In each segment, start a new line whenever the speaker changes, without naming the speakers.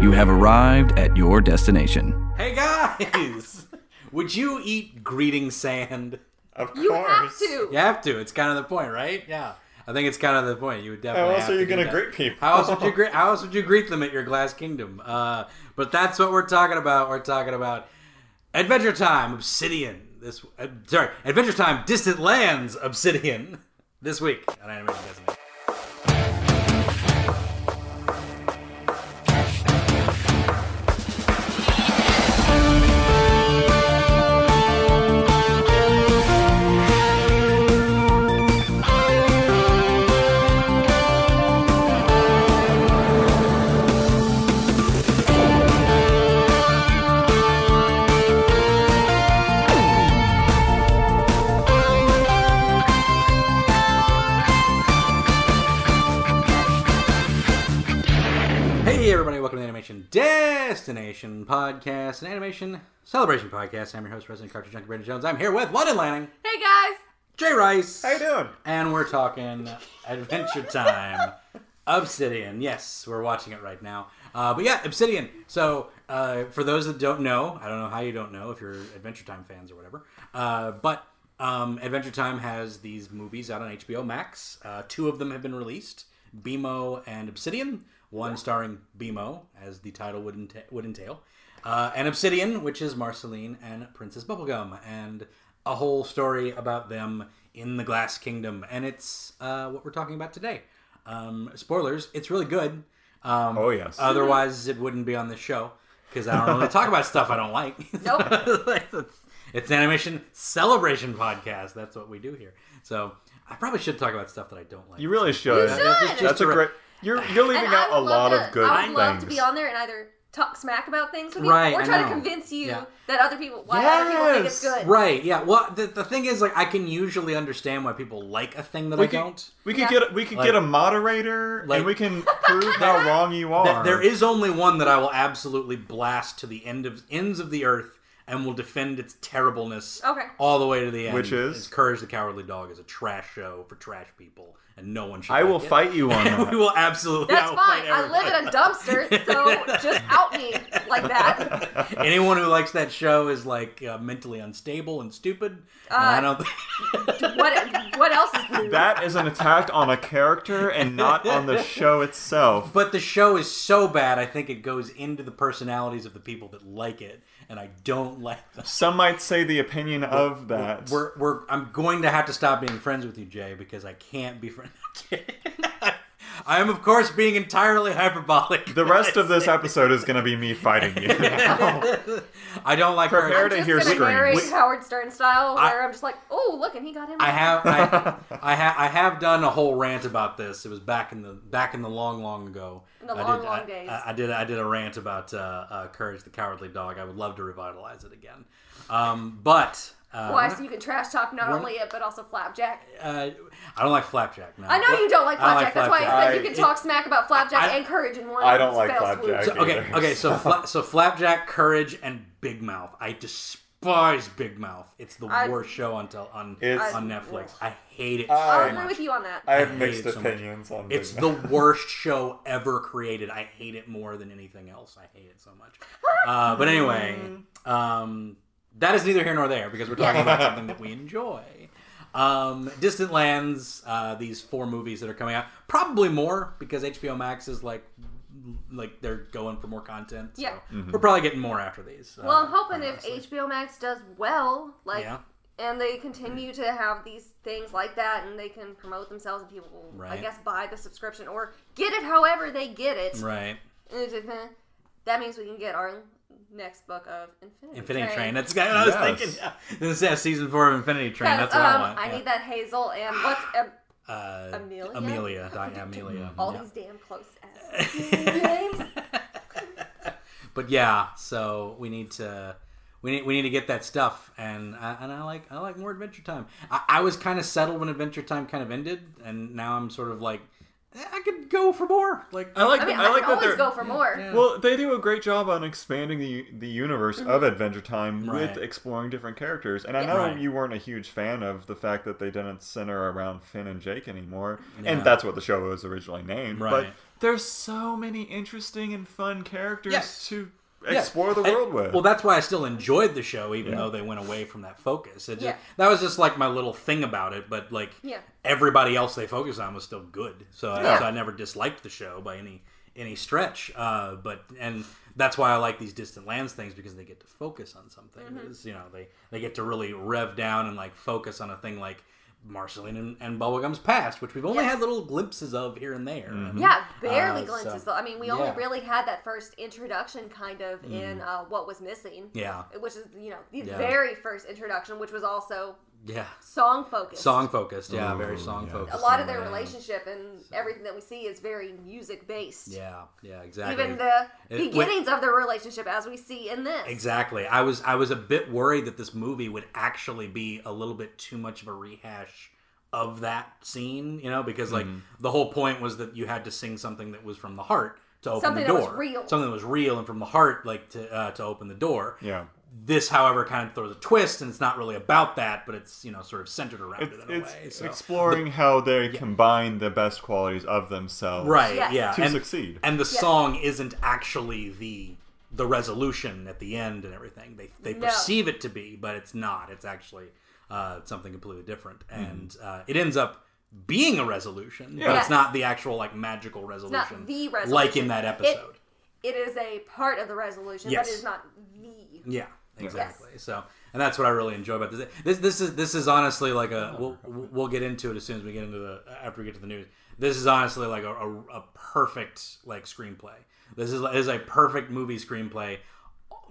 You have arrived at your destination.
Hey guys! Would you eat greeting sand?
Of course.
You have to.
You have to. It's kind of the point, right? Yeah. I think it's kind of the point. You would
How
definitely.
else
have
are
to
you
do
going to
that.
greet people?
How else would you greet? How else would you greet them at your glass kingdom? Uh, but that's what we're talking about. We're talking about Adventure Time Obsidian. This uh, sorry, Adventure Time Distant Lands Obsidian. This week on Animated Destiny. Hey everybody, welcome to the Animation Destination Podcast, an animation celebration podcast. I'm your host, resident cartridge junkie Brandon Jones. I'm here with London Lanning,
Hey guys,
Jay Rice.
How you doing?
and we're talking Adventure Time Obsidian. Yes, we're watching it right now. Uh, but yeah, Obsidian. So uh, for those that don't know, I don't know how you don't know if you're Adventure Time fans or whatever. Uh, but um, Adventure Time has these movies out on HBO Max. Uh, two of them have been released: Bemo and Obsidian. One starring Bemo, as the title would, enta- would entail, uh, and Obsidian, which is Marceline and Princess Bubblegum, and a whole story about them in the Glass Kingdom, and it's uh, what we're talking about today. Um, spoilers, it's really good. Um,
Oh, yes.
Otherwise, it wouldn't be on this show because I don't really talk about stuff I don't like.
Nope.
Like, it's, it's an animation celebration podcast. That's what we do here. So I probably should talk about stuff that I don't like.
You really should.
should.
That's,
Just
that's a
to re-
great. You're you're leaving
and I
out
would
a
love
lot
to,
of good
I would
things.
love to be on there and either talk smack about things with you,
Right,
or
I
try
know.
to convince you
Yeah.
that other people why other people think it's
Yes.
good.
Right, yeah. Well, the, the thing is, like, I can usually understand why people like a thing that
we
I
could,
don't.
we could
Yeah.
get a, we could
Like-
get a moderator,
Like-
and we can prove how wrong you are.
Th- there is only one that I will absolutely blast to the end of ends of the earth and will defend its terribleness
Okay.
all the way to the end.
Which is?
Courage the Cowardly Dog is a trash show for trash people, and no one should.
I will
like it.
fight you on
And
that.
we will absolutely. I
That's
will
fine.
fight
I live in a dumpster, so just out me like that.
everyone. Anyone who likes that show is like uh, mentally unstable and stupid. and I
Uh,
don't. think
What what else is new?
That is an attack on a character and not on the show itself.
But the show is so bad, I think it goes into the personalities of the people that like it, and I don't like them.
Some might say the opinion of that.
We're, we're I'm going to have to stop being friends with you, Jay, because I can't be friends. I am, of course, being entirely hyperbolic.
the rest of this episode is going to be me fighting you.
I don't like
Prepare
her.
to
just
hear
gonna narrate
screams.
Howard Stern style,
I-
where I, am just like, oh look, and he got him.
I have I, I have I have done a whole rant about this. It was back in the back in the long long ago.
In the
I
long,
did,
long
I,
days.
I, I did I did a rant about uh, uh, Courage the Cowardly Dog. I would love to revitalize it again, um, but uh,
Why? So you can trash talk not only it but also flapjack.
uh, I don't like flapjack. No.
I know you don't like
I
flapjack. That's why I said you
I-
can talk smack about flapjack
I-
and courage in one.
I don't like
fell swoop.
flapjack.
So, okay,
either.
okay. So, fla- so Flapjack, Courage, and Big Mouth. I despise Big Mouth. It's the
I-
worst show on tel- on
It's-
on Netflix. I hate it.
I-
I'll
so
agree
much.
with you on that.
I
I
have
hate
mixed
it so much.
opinions on
It's
Big
the
Mac.
worst show ever created. I hate it more than anything else. I hate it so much. Uh, but anyway, um, that is neither here nor there because we're talking about something that we enjoy. Um, Distant Lands, uh, these four movies that are coming out, probably more because HBO Max is like, like they're going for more content. So
Yeah.
we're probably getting more after these.
Well, I'm
uh,
hoping if
honestly.
HBO Max does well, like,
Yeah.
and they continue to have these things like that, and they can promote themselves, and people will, I
Right.
guess, buy the subscription or get it however they get it.
right,
And it's just, eh, That means we can get our next book of Infinity,
Infinity Train. That's the guy I was
Yes.
thinking. Yeah. This is season four of Infinity Train.
Because,
That's what I
um,
want.
I
yeah.
need that Hazel and what's um,
uh,
Amelia?
Amelia, Di- Amelia.
all
yeah.
these damn close ass.
but yeah, so we need to we need we need to get that stuff, and I, and I like I like more Adventure Time. I, I was kind of settled when Adventure Time kind of ended, and now I'm sort of like eh, I could go for more. Like
I like.
I mean,
I
I,
like
can
that
always
they're.
go for more.
Well, they do a great job on expanding the the universe of
Mm-hmm.
Adventure Time
Right.
with exploring different characters. And I
Yes.
know
Right.
you weren't a huge fan of the fact that they didn't center around Finn and Jake anymore,
Yeah.
and that's what the show was originally named.
Right.
But There's so many interesting and fun characters
Yes.
to
Yeah.
explore the
And-
world with.
Well, that's why I still enjoyed the show, even
Yeah.
though they went away from that focus. It just,
Yeah.
That was just like my little thing about it. But like
Yeah.
everybody else they focused on was still good, so, I,
Yeah.
so I never disliked the show by any any stretch. Uh, but and that's why I like these distant lands things because they get to focus on something.
Mm-hmm.
It's, You know, they they get to really rev down and like focus on a thing like. Marceline and, and Bubblegum's past, which we've only
Yes.
had little glimpses of here and there.
Mm-hmm.
Yeah, barely
Uh,
glimpses.
so-
though. I mean, we only
yeah.
really had that first introduction kind of in
Mm.
uh, what was missing.
Yeah.
Which is, you know, the
Yeah.
very first introduction, which was also
Yeah.
song focused.
Song focused. Yeah,
Ooh,
very song
yeah.
focused.
A lot of
in
their
way.
relationship and everything that we see is very music based.
Yeah, yeah, exactly.
Even the
It-
beginnings of their relationship as we see in this.
Exactly. I was I was a bit worried that this movie would actually be a little bit too much of a rehash of that scene, you know, because like
Mm-hmm.
the whole point was that you had to sing something that was from the heart to open
Something
the
that
door.
was real.
Something that was real and from the heart, like to uh, to open the door.
yeah.
This, however, kind of throws a twist, and it's not really about that, but it's you know sort of centered around
It's,
it in
it's
a way. So.
exploring how they combine the best qualities of themselves
right?
Yes.
Yeah,
to
and,
succeed.
and the song isn't actually the the resolution at the end and everything they they
No.
perceive it to be but it's not it's actually uh, something completely different and uh, it ends up being a resolution but
Hmm. Yeah.
it's not the actual like magical resolution,
the
like in
resolution.
that
It-
episode
It is a part of the resolution,
Yes.
but it is not the.
yeah exactly so and that's what i really enjoy about this this this is this is honestly like a we'll we'll get into it as soon as we get into the after we get to the news this is honestly like a, a, a perfect like screenplay this is is a perfect movie screenplay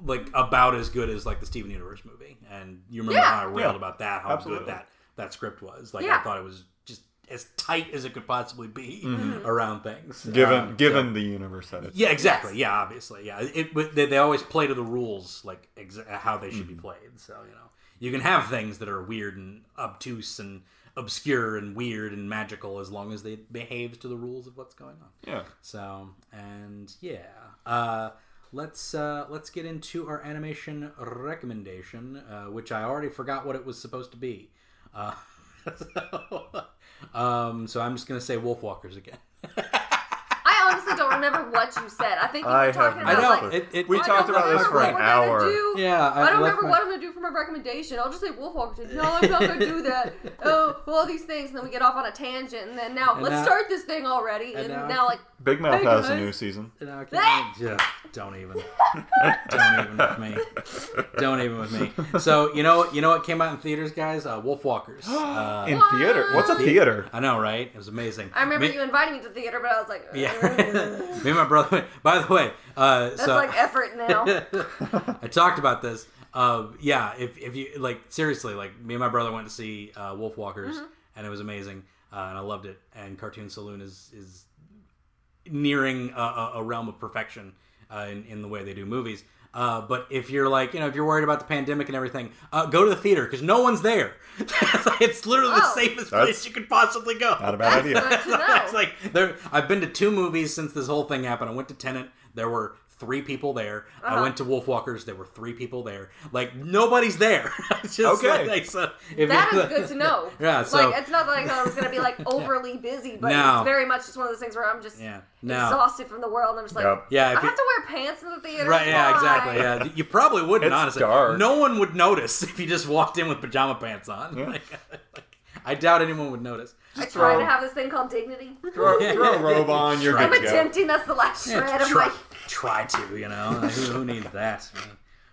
like about as good as like the steven universe movie and you remember
Yeah.
how i railed
Yeah.
about that how
Absolutely.
good that that script was like i
Yeah.
thought it was just as tight as it could possibly be around things
given
Um, so-
given the universe that it's
yeah, exactly. Yeah, obviously. Yeah, it, but they, they always play to the rules, like exa- how they should be played. So you know, you can have things that are weird and obtuse and obscure and weird and magical as long as they behave to the rules of what's going on.
yeah.
So and yeah, uh, let's uh, let's get into our animation recommendation, uh, which I already forgot what it was supposed to be. Uh, so, um, so I'm just gonna say Wolf Walkers again.
I honestly don't remember what you said. I think you were
I have
talking
no
about
I know.
like.
It, it,
We
I
talked
don't
about this
remember
for an
what we're gonna
hour.
do.
Yeah, I,
I don't
left
remember
my-
what I'm gonna do for my recommendation. I'll just say Wolf Walkers. No, I'm not gonna do that. Oh, all these things, and then we get off on a tangent, and then now
And
let's
now-
start this thing already. And,
now-
now, like,
Big Mouth
Hey,
has
guys.
a new season.
And I
Ah!
can't- yeah, don't even, don't even with me, don't even with me. So you know, you know what came out in theaters, guys? Uh, Wolf Walkers. Uh,
In theater. What's a theater?
I know, right? It was amazing.
I remember
Me-
you inviting me to the theater, but I was like,
Yeah,
"Ugh."
me and my brother. By the way, uh,
that's
so
like effort now.
I talked about this. Um, yeah, if, if you like, seriously, like me and my brother went to see uh, Wolf Walkers, and it was amazing, uh, and I loved it. And Cartoon Saloon is is nearing a, a, a realm of perfection uh, in, in the way they do movies. Uh, but if you're like, you know, if you're worried about the pandemic and everything, uh, go to the theater because no one's there. it's literally the
Oh.
safest place
That's-
you could possibly go.
Not a bad idea.
Good to know.
it's like there. I've been to two movies since this whole thing happened. I went to Tenant. There were three people there. I
Uh-huh.
went to Wolf Walkers. There were three people there. Like nobody's there. It's just
Okay.
like, so if
that
you-
is good to know.
Yeah, so-
like it's not like I was gonna be like overly busy, but
No.
it's very much just one of those things where I'm just
Yeah. No.
exhausted from the world. And I'm just like,
Yep.
Yeah, if
I
you-
have to wear pants in the theater.
Right, yeah,
Why?
exactly. Yeah, you probably wouldn't.
It's
honestly,
dark.
no one would notice if you just walked in with pajama pants on.
Yeah.
Like, like, I doubt anyone would notice.
I try to have this thing called dignity.
throw, throw a robe on, you're
Right.
I'm
good to go. Uh,
attempting. That's the last shred of
try,
my.
try to, you know. Like, who, who needs that? man?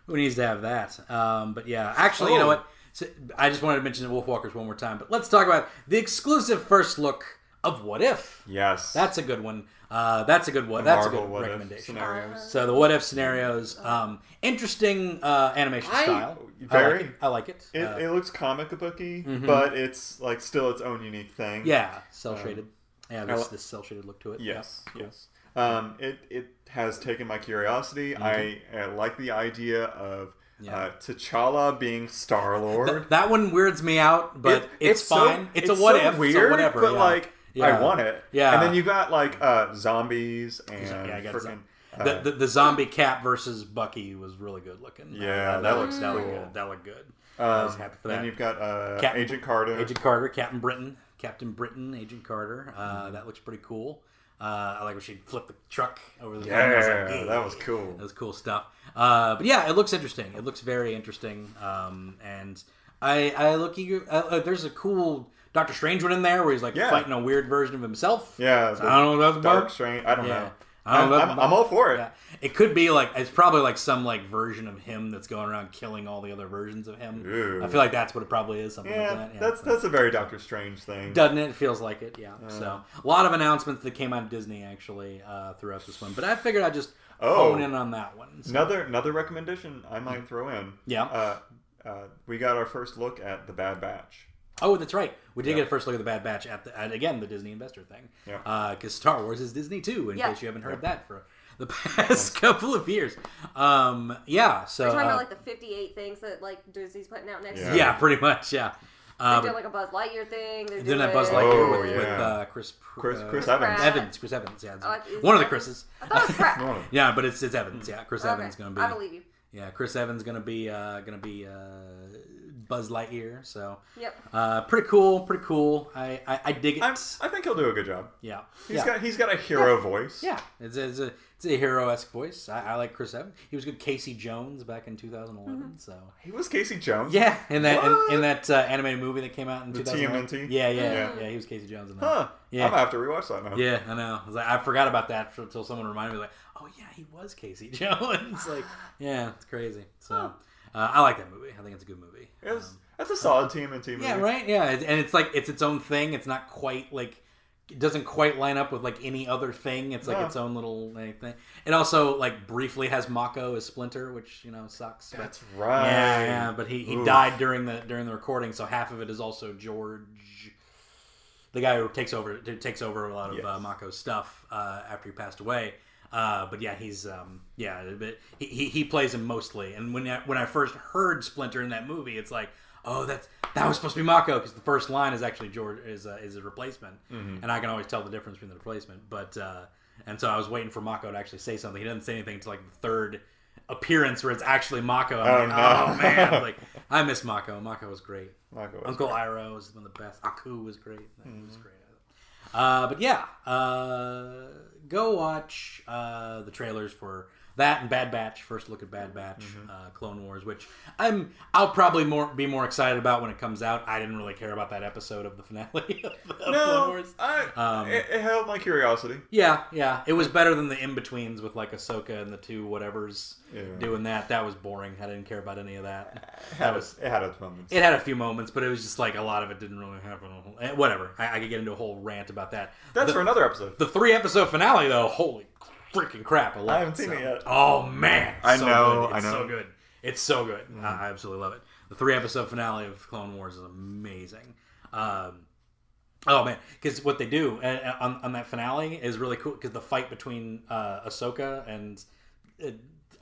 Who needs to have that? Um, but yeah, actually, you know
Oh.
what? So, I just wanted to mention the Wolf Walkers one more time, but let's talk about the exclusive first look of What If.
Yes.
That's a good one. Uh, that's a good one. That's a
Marvel
good
what if
recommendation.
scenarios.
So the what if scenarios, um, interesting uh, animation
I-
style. I like
very.
it. I like it.
It,
Uh, Mm-hmm.
it looks comic booky, but it's like still its own unique thing.
yeah, cell shaded. yeah, this,
um, li-
this cell shaded look to it.
Yes. Yes. Um, it it has taken my curiosity.
Mm-hmm.
I, I like the idea of uh, T'Challa being Star
Th-
Lord.
that one weirds me out, but it's, fine. it's, a what
so
if,
Weird,
so whatever.
But
yeah.
like,
Yeah.
I want it.
Yeah.
And then you got like uh, zombies and
Yeah, I got
frickin',
some-
uh,
the, the, the zombie cap versus Bucky was really good looking.
Yeah,
Uh,
that looks
that looked
cool.
good. That looked good. I
um,
was happy for
Then
that.
you've got uh,
Captain-
Agent Carter. Mm-hmm.
Agent Carter, Captain Britain, Captain Britain, Agent Carter. Uh, That looks pretty cool. Uh, I like when she flipped the truck over the thing. I was like,
Yeah, that was cool.
That's cool stuff. Uh, but yeah, it looks interesting. It looks very interesting. Um, and I, I look eager. Uh, uh, there's a cool Doctor Strange one in there where he's like
Yeah.
fighting a weird version of himself.
Yeah,
So I don't know what that's
the
about.
Dark Strange. I don't
Yeah.
know.
I don't
I'm,
know
I'm,
about-
I'm all for it.
Yeah. It could be like it's probably like some like version of him that's going around killing all the other versions of him.
Ooh.
I feel like that's what it probably is. Something
Yeah,
like that. Yeah,
that's
so-
that's a very Doctor Strange thing.
doesn't it? It feels like it, yeah. so a lot of announcements that came out of Disney actually uh, throughout this one, but I figured I'd just
Oh.
hone in on that one. So-
Another another recommendation I might throw in.
Mm. Yeah.
Uh, uh, we got our first look at the Bad Batch.
Oh, that's right. We did get a first look at the Bad Batch at, the, at again the Disney investor thing.
Yeah.
Because Star Wars is Disney too. In
Yeah.
case you haven't heard that for the past couple of years. Um, yeah. So.
We're talking
uh,
about like the 58 things that like Disney's putting out next
Yeah.
year.
yeah, pretty much. Yeah.
They're
Um,
doing like a Buzz Lightyear thing. They're
then
doing
that Buzz Lightyear
Oh,
with,
yeah.
with uh, Chris. Pr-
Chris
uh,
Chris
Chris
Evans.
Pratt.
Evans. Chris Evans. Yeah.
Oh, is
one of the
it-
Chris's.
I thought it was crap.
One of them.
Yeah, but it's it's Evans. Yeah, Chris
Okay,
Evans going to be.
I believe you.
Yeah, Chris Evans gonna be uh, gonna be uh, Buzz Lightyear. So
Yep.
uh, pretty cool, pretty cool. I I, I dig it.
I'm, I think he'll do a good job.
yeah,
He's
yeah,
got he's got a hero voice.
yeah. It's, it's a it's a hero esque voice. I, I like Chris Evans. He was good Casey Jones back in 2011. So
He was Casey Jones.
yeah, in that
What?
in, in that uh, animated movie that came out in
The
2011.
TMNT?
Yeah, yeah, yeah,
Yeah.
He was Casey Jones in that.
Huh.
Yeah.
I'm gonna have to rewatch that now.
Yeah, I know. I, was like, I forgot about that for- until someone reminded me. Like, oh yeah, he was Casey Jones. like, yeah, it's crazy. So uh, I like that movie. I think it's a good movie.
It was-
Um,
that's a solid team and team.
Yeah, right. Yeah, It's- and it's like it's its own thing. It's not quite like it doesn't quite line up with like any other thing. It's like
No.
its own little like, thing. It also like briefly has Mako as Splinter, which you know sucks. But,
That's right.
yeah, yeah. But he, he
Oof.
died during the during the recording, so half of it is also George, the guy who takes over who takes over a lot of uh,
Yes.
Mako's stuff uh, after he passed away. Uh, but yeah, he's um, yeah, but he, he he plays him mostly. And when I, when I first heard Splinter in that movie, it's like, oh, that's that was supposed to be Mako because the first line is actually George is uh, is a replacement,
Mm-hmm.
and I can always tell the difference between the replacement. But uh, and so I was waiting for Mako to actually say something. He doesn't say anything until like the third appearance where it's actually Mako. I'm
Oh,
like,
no.
oh man, like I miss Mako. Mako was great. Mm-hmm.
Michael was-
Uncle Iroh was one of the best. Aku was great. He was great. Uh, but yeah, uh, go watch uh, the trailers for that and Bad Batch. First look at Bad Batch, uh, Clone Wars, which I'm I'll probably more be more excited about when it comes out. I didn't really care about that episode of the finale of, of Clone
No,
Wars.
I,
Um,
it, it held my curiosity.
Yeah, yeah. It was better than the in betweens with like Ahsoka and the two whatevers
Yeah.
doing that. That was boring. I didn't care about any of that.
It
That
had,
was
its- it had its moments.
it had a few moments, but it was just like a lot of it didn't really happen. a whole- eh, Whatever. I, I could get into a whole rant about that.
That's
the,
for another episode.
the three episode finale though. Holy freaking crap! I, love
I haven't seen
so-
it yet.
Oh man, it's
I
so
know,
Good. It's
I know. Mm.
so good. It's so good. I, I absolutely love it. The three episode finale of Clone Wars is amazing. Um, Oh man, because what they do uh, uh, on, on that finale is really cool. Because the fight between uh, Ahsoka and uh,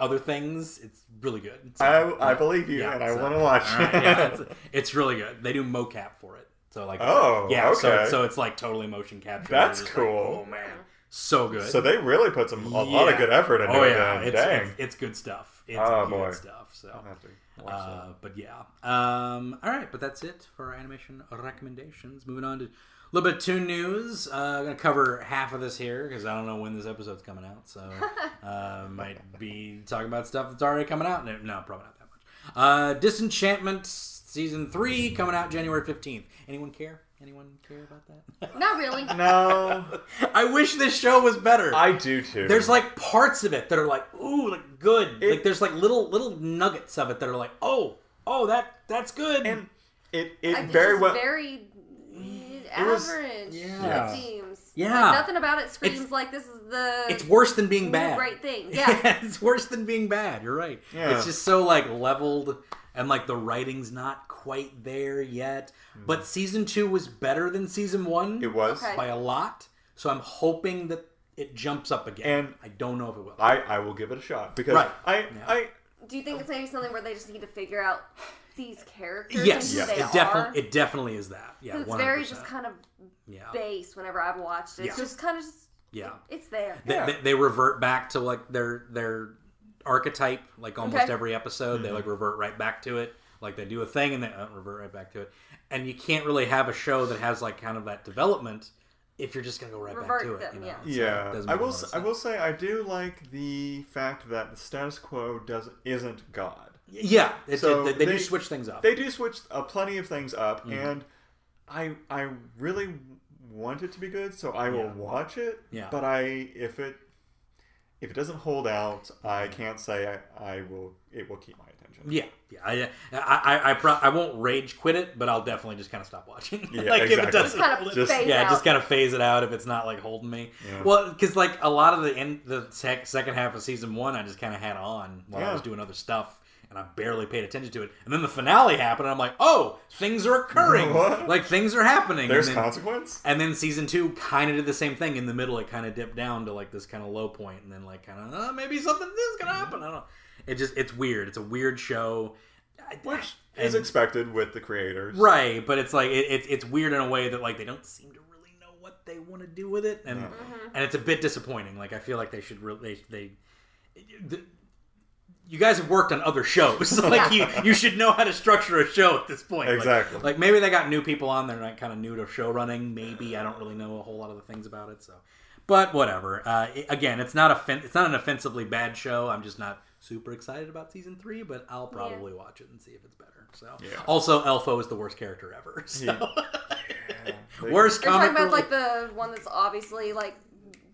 other things, it's really good. So-
I, I believe you,
yeah,
and I
so-
want to watch.
all right, yeah, it's, it's really good. They do mocap for it. So like,
Oh,
yeah. So,
okay.
so it's like totally motion capture.
That's
It's just
cool.
Like, oh man, so good.
so they really put some a lot of
Yeah.
good effort into
oh
it.
yeah,
then.
it's,
Dang.
It's, it's good stuff. It's
Oh,
good
boy.
stuff. So.
I'll have to watch that.
Uh, but yeah. Um, all right, but that's it for our animation recommendations. Moving on to a little bit of tune news. Uh, I'm gonna cover half of this here because I don't know when this episode's coming out, so uh, might be talking about stuff that's already coming out. No, no, probably not that much. Uh, Disenchantment season three coming out January 15th. Anyone care? Anyone care about that?
Not really.
No,
I wish this show was better.
I do too.
There's like parts of it that are like, ooh, like good.
It-
like there's like little little nuggets of it that are like, oh, oh, that that's good.
and it
I
it
think
very
it's
well.
very
was-
average.
Yeah.
It seems.
Yeah.
Like, nothing about it screams
It's-
like this is the
it's worse than being
new
bad.
great thing. Yeah.
it's worse than being bad. You're right.
Yeah.
It's just so like leveled and like the writing's not quite there yet. But season two was better than season one
Hmm. It was.
Okay.
by a lot. So I'm hoping that it jumps up again.
And-
I don't know if it will.
I I will give it a shot because
Right.
I
Yeah.
I
Do you think it's maybe something where they just need to figure out these characters?
yes,
and who they
it
are?
definitely it definitely is that. Yeah,
'Cause it's
one
very
hundred
just
percent.
kind of
Yeah,
base whenever I've watched it. It's
Yeah.
just kind of just
yeah.
it's there.
they,
Yeah.
they, they revert back to like their their archetype like almost
Okay.
every episode
Mm-hmm.
they like revert right back to it like they do a thing and they uh, revert right back to it and you can't really have a show that has like kind of that development if you're just gonna go right
Revert
back to it.
them,
you know?
yeah.
So it
Yeah,
doesn't
I
make a
will.
lot of
s- I
sense.
will say I do like the fact that the status quo doesn't isn't God.
Yeah, it's,
So
it, they,
they-
do switch things up.
They do switch uh, plenty of things up,
Mm-hmm.
and I I really want it to be good, so I will
Yeah.
watch it.
Yeah.
But I if it if it doesn't hold out, I can't say I, I will. It will keep my attention.
Mm-hmm. yeah, yeah. I, I, I, I, pro- I won't rage quit it, but I'll definitely just kind of stop watching.
Yeah,
like if
exactly.
it doesn't,
Kind of
Just-
fade
yeah,
out.
just kind of phase it out if it's not like holding me.
Yeah.
Well, because like a lot of the end, the sec- second half of season one, I just kind of had on while
Yeah.
I was doing other stuff, and I barely paid attention to it. And then the finale happened, and I'm like, oh, things are occurring,
What?
like things are happening.
There's
and then,
consequence.
and then season two kind of did the same thing. In the middle, it kind of dipped down to like this kind of low point, and then like kind of uh, maybe something is gonna
Mm-hmm.
happen. I don't know. It just it's weird. It's a weird show. I-
Which
and-
is expected with the creators.
Right, but it's like it, it's it's weird in a way that like they don't seem to really know what they want to do with it, and
No.
and it's a bit disappointing. Like I feel like they should really they, they the, you guys have worked on other shows, so like you you should know how to structure a show at this point. Like-
Exactly.
Like, maybe they got new people on, they're not kind of new to show running. Maybe I don't really know a whole lot of the things about it, so. But whatever. Uh, it- again, it's not offen- it's not an offensively bad show. I'm just not super excited about season three, but I'll probably watch it and see if it's better. So
Yeah.
also, Elfo is the worst character ever. So.
They-
worst
You're
comic
talking about
relief-
like the one that's obviously like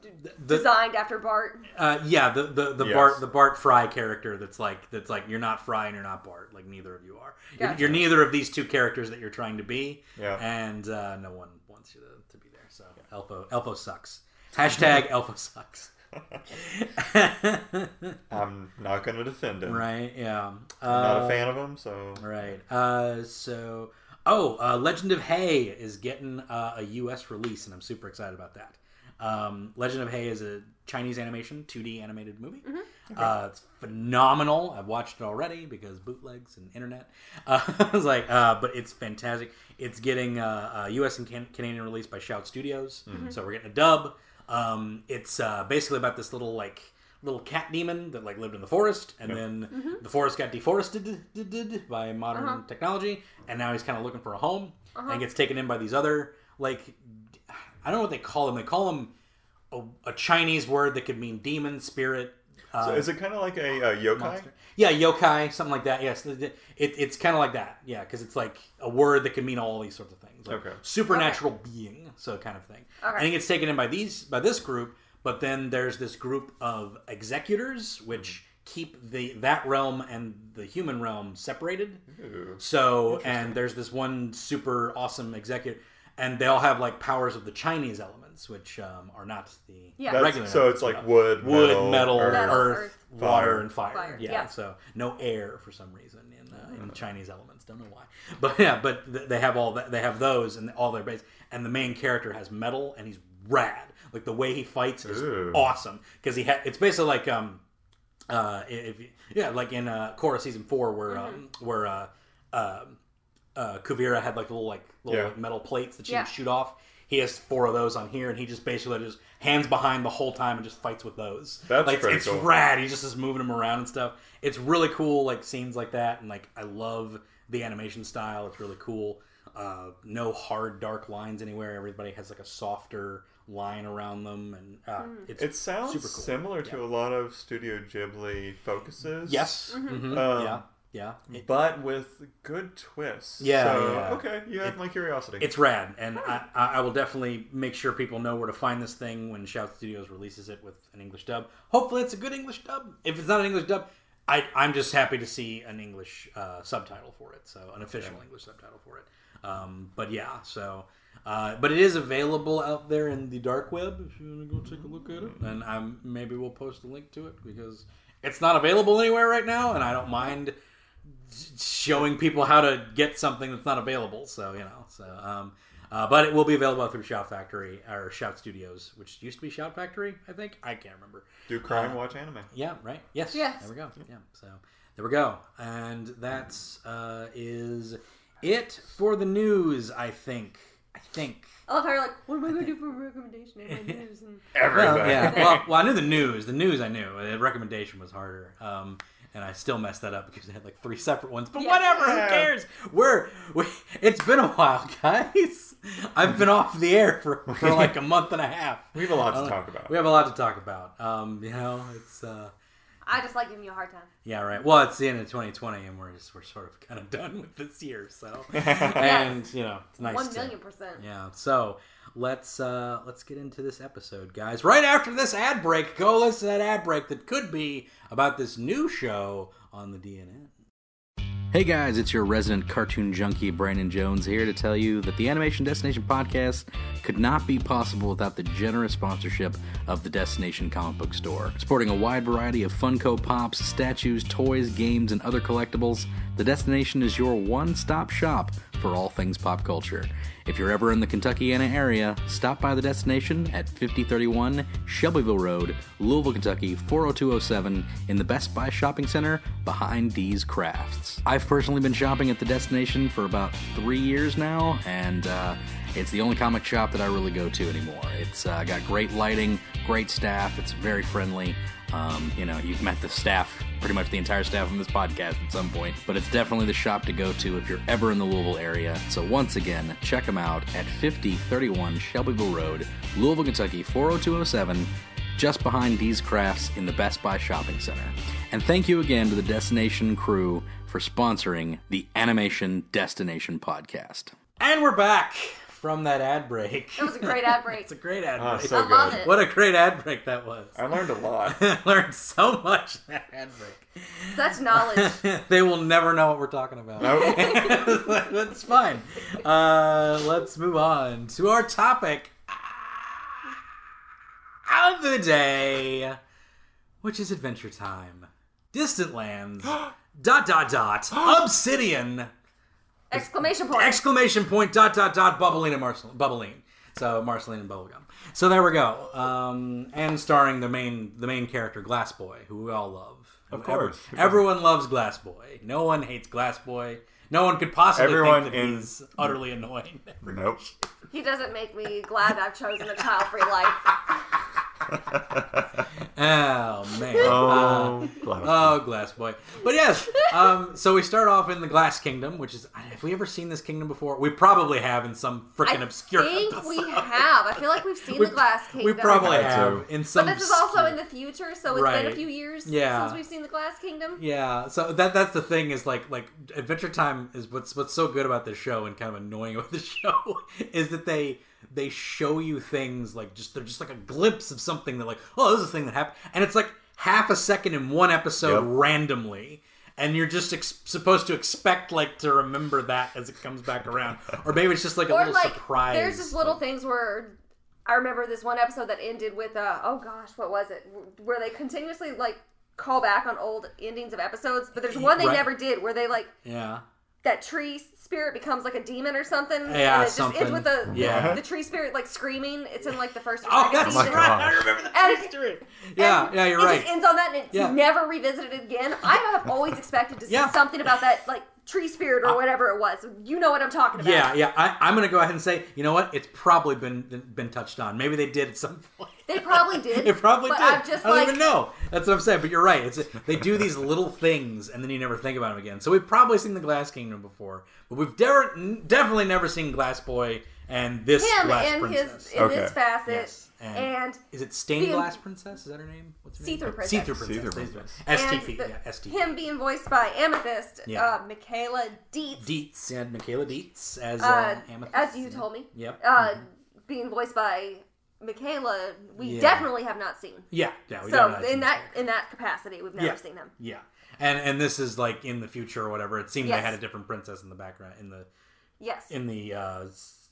d-
The-
designed after Bart.
Uh, yeah, the the, the
Yes.
Bart the Bart Fry character that's like that's like you're not Fry and you're not Bart, like neither of you are. You're,
Gotcha.
you're neither of these two characters that you're trying to be,
Yeah.
and uh, no one wants you to, to be there. So Elfo Elfo sucks. Hashtag Elfo sucks.
I'm not going to defend him.
right? Yeah.
Not
Uh,
a fan of him, so
Right. Uh, so, oh, uh, Legend of Hay is getting uh, a U.S. release, and I'm super excited about that. Um, Legend of Hay is a Chinese animation, 2D animated movie. Uh, it's phenomenal. I've watched it already because bootlegs and internet. Uh, I was like, uh, but it's fantastic. It's getting uh, a U.S. and can- Canadian release by Shout Studios, so we're getting a dub. Um, it's uh, basically about this little like little cat demon that like lived in the forest and then the forest got deforested did- did by modern technology and now he's kind of looking for a home and gets taken in by these other like i don't know what they call them they call them a, a chinese word that could mean demon spirit uh,
So is it kind of like a, uh yokai?
yeah yokai something like that yes th- th- it, it's kind of like that yeah because it's like a word that can mean all these sorts of things like
Okay.
supernatural being so kind of thing
Okay.
and he gets taken in by these by this group but then there's this group of executors which
Mm-hmm.
keep the that realm and the human realm separated
Ooh.
so, and there's this one super awesome executive, and they all have like powers of the Chinese elements, which um, are not the
Yeah.
That's-
regular.
so
elements,
it's like
you know.
wood,
wood,
metal,
metal,
earth.
earth,
Metal, earth,
fire.
water, and fire.
Fire,
Yeah,
yeah.
So no air for some reason in uh, in Chinese elements. Don't know why. But yeah, but th- they have all that. They have those and all their base. And the main character has metal, and he's rad. Like the way he fights is
Ooh.
awesome because he ha- it's basically like um uh if yeah like in uh Korra season four where um where uh um uh Kuvira had like little like little
Yeah.
like, metal plates that she
Yeah.
would shoot off. He has four of those on here, and he just basically just hands behind the whole time and just fights with those.
That's
like,
pretty
it's
cool.
rad. He just is moving them around and stuff. It's really cool, like scenes like that, and like I love the animation style. It's really cool. Uh, no hard dark lines anywhere. Everybody has like a softer line around them, and uh, it's,
It sounds
super cool.
similar to a lot of Studio Ghibli focuses.
yes, Mhm.
Um,
yeah, yeah. It-
But with good twists.
Yeah,
So,
yeah.
okay, you have my curiosity.
It's rad, and I, I I will definitely make sure people know where to find this thing when Shout Studios releases it with an English dub. Hopefully, it's a good English dub. If it's not an English dub, I, I'm just happy to see an English uh, subtitle for it, so an official English subtitle for it. Um, but yeah, so. Uh, but it is available out there in the dark web if you want to go take a look at it. And I'm, maybe we'll post a link to it because it's not available anywhere right now, and I don't mind showing people how to get something that's not available. So you know, so um, uh, but it will be available through Shout Factory or Shout Studios, which used to be Shout Factory, I think. I can't remember.
Do crime
uh,
watch anime.
Yeah, right. Yes.
Yes.
There we go. Yeah. So there we go, and that's uh, is it for the news. I think. I think.
I love how you're like, what am I gonna do for a recommendation in my news? And
Everything.
Well, yeah. well, well, I knew the news. The news I knew. The recommendation was harder. Um, and I still messed that up because I had like three separate ones. But
Yeah.
whatever,
Yeah.
who cares? We're we, it's been a while, guys. I've been off the air for, for like a month and a half.
We have a lot to
Uh,
talk about.
We have a lot to talk about. Um, you know, it's uh,
I just like giving you a hard time.
yeah, right. Well, it's the end of 2020, and we're just we're sort of kind of done with this year. So, and you know, it's nice.
One
to-
million percent.
yeah. So let's uh let's get into this episode, guys. Right after this ad break, go listen to that ad break that could be about this new show on the DNN.
Hey guys, it's your resident cartoon junkie Brandon Jones here to tell you that the Animation Destination podcast could not be possible without the generous sponsorship of the Destination Comic Book Store. Sporting a wide variety of Funko Pops, statues, toys, games, and other collectibles, the Destination is your one stop shop for all things pop culture. If you're ever in the Kentuckiana area, stop by the Destination at 5031 Shelbyville Road, Louisville, Kentucky 40207 in the Best Buy Shopping Center behind D's Crafts. I've personally been shopping at the Destination for about three years now, and uh, it's the only comic shop that I really go to anymore. It's uh, got great lighting, great staff, it's very friendly. Um, you know, you've met the staff, pretty much the entire staff on this podcast at some point, but it's definitely the shop to go to if you're ever in the Louisville area. So once again, check them out at 5031 Shelbyville Road, Louisville, Kentucky 40207, just behind D's Crafts in the Best Buy Shopping Center. And thank you again to the Destination crew for sponsoring the Animation Destination podcast.
And we're back from that ad break.
That was a great ad break.
it's a great ad
Oh,
break.
so
I love
good.
it.
what a great ad break that was.
I learned a lot.
I learned so much in that ad break.
Such knowledge.
they will never know what we're talking about.
Nope.
That's fine. Uh, let's move on to our topic of the day, which is Adventure Time, Distant Lands, dot dot dot, Obsidian,
Exclamation point.
exclamation point, dot dot dot, Bubbling and Marceline. Bubbling. So Marceline and Bubblegum. So there we go. Um, and starring the main the main character Glass Boy, who we all love. Of
course.
everyone loves Glass Boy. No one hates Glass Boy. No one could possibly
Everyone
think that
in-
he's utterly annoying.
nope.
he doesn't make me glad I've chosen a child-free life.
Oh man.
Oh,
Oh, Glass Boy. But yes, um, so we start off in the Glass Kingdom, which is have we ever seen this kingdom before? We probably have in some
I
freaking obscure
think
episode.
we have. I feel like we've seen
We-
the Glass Kingdom.
We probably
I do.
have in some.
But this is also
obscure-
in the future, so it's been
Right.
a few years
Yeah.
since we've seen the Glass Kingdom.
Yeah, so that that's the thing is like like Adventure Time is what's what's so good about this show and kind of annoying about the show is that they they show you things like just they're just like a glimpse of something that like oh this is a thing that happened and it's like half a second in one episode
Yep.
randomly and you're just ex- supposed to expect like to remember that as it comes back around or maybe it's just like a
Or
little
like,
surprise.
there's just little things where I remember this one episode that ended with, uh, oh gosh, what was it? Where they continuously like call back on old endings of episodes, but there's one they
Right.
never did where they like
yeah.
that tree spirit becomes like a demon or something.
Yeah,
and it just
something.
ends with the, the-
Yeah.
the tree spirit like screaming. It's in like the first. or
Oh,
second
that's
season.
right.
God.
I remember the
And-
history. Yeah,
And
yeah, you're
it
right.
just ends on that, and it's
Yeah.
never revisited again. I have always expected to see
Yeah.
something about that, like tree spirit or whatever it was. You know what I'm talking about?
Yeah, yeah. I, I'm gonna go ahead and say, you know what? It's probably been been touched on. Maybe they did at some point.
They probably did.
It probably
but
did.
I've just
I don't
like
even know. That's what I'm saying. But you're right. It's they do these little things, and then you never think about them again. So we've probably seen the Glass Kingdom before, but we've de- definitely never seen Glass Boy and this
him
Glass
in
Princess.
his in
Okay.
this facet
Yes, and-
and,
is it stained
the-
glass princess? Is that her name? What's her name?
See-through princess.
See-through princess.
See-through
Thank you.
princess.
and
STP.
the-
yeah, STP.
him being voiced by Amethyst,
Yeah.
uh, Michaela Dietz,
Dietz and Michaela Dietz as uh,
uh,
Amethyst.
as you told me,
Yep.
uh, being voiced by Michaela, we
Yeah.
definitely have not seen.
yeah. Yeah. We don't
so
know.
in that in that capacity, we've never
Yeah.
seen him.
Yeah, and and this is like in the future or whatever. It seemed
Yes.
they had a different princess in the background in the
Yes,
in the uh, s-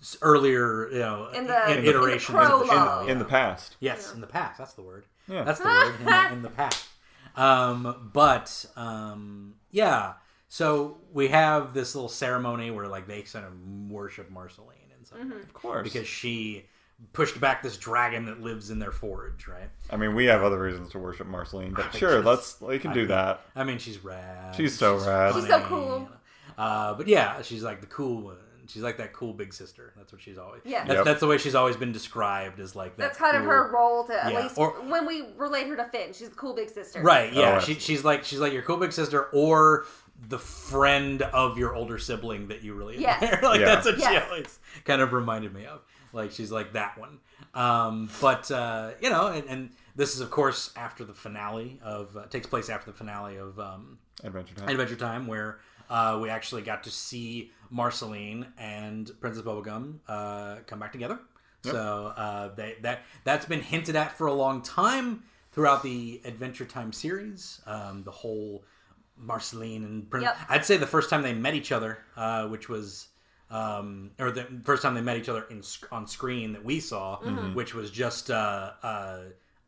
s- earlier you know
In the- in the
iterations of the show.
prologue.
In the past.
Yes, in the past. That's the word.
Yeah.
That's the word in, the- in the past. Um, but um, yeah, so we have this little ceremony where like they kind of worship Marceline and
Mm-hmm.
some way
Of course.
because she pushed back this dragon that lives in their forge, right?
I mean, we have other reasons to worship Marceline, but sure, let's we can do that.
I mean, she's rad.
She's so rad.
She's so cool.
Uh, but yeah, she's like the cool one. she's like that cool big sister. That's what she's always.
Yeah.
That's,
Yep.
that's the way she's always been described as like that
That's kind of
cool-
her role to at
Yeah,
least
or-
when we relate her to Finn. She's the cool big sister.
Right. Yeah.
Oh,
she, she's like she's like your cool big sister or the friend of your older sibling that you really
Yes.
admire. like
Yeah.
that's what she
Yes.
always kind of reminded me of. Like she's like that one. Um, but uh, you know, and, and this is of course after the finale of uh, takes place after the finale of um,
Adventure Time.
Adventure Time, where uh, we actually got to see Marceline and Princess Bubblegum uh, come back together. So uh, they, that that's been hinted at for a long time throughout the Adventure Time series. Um, the whole Marceline and Prin-
Yep.
I'd say the first time they met each other, uh, which was. Um, or the first time they met each other in sc- on screen that we saw, which was just uh, uh,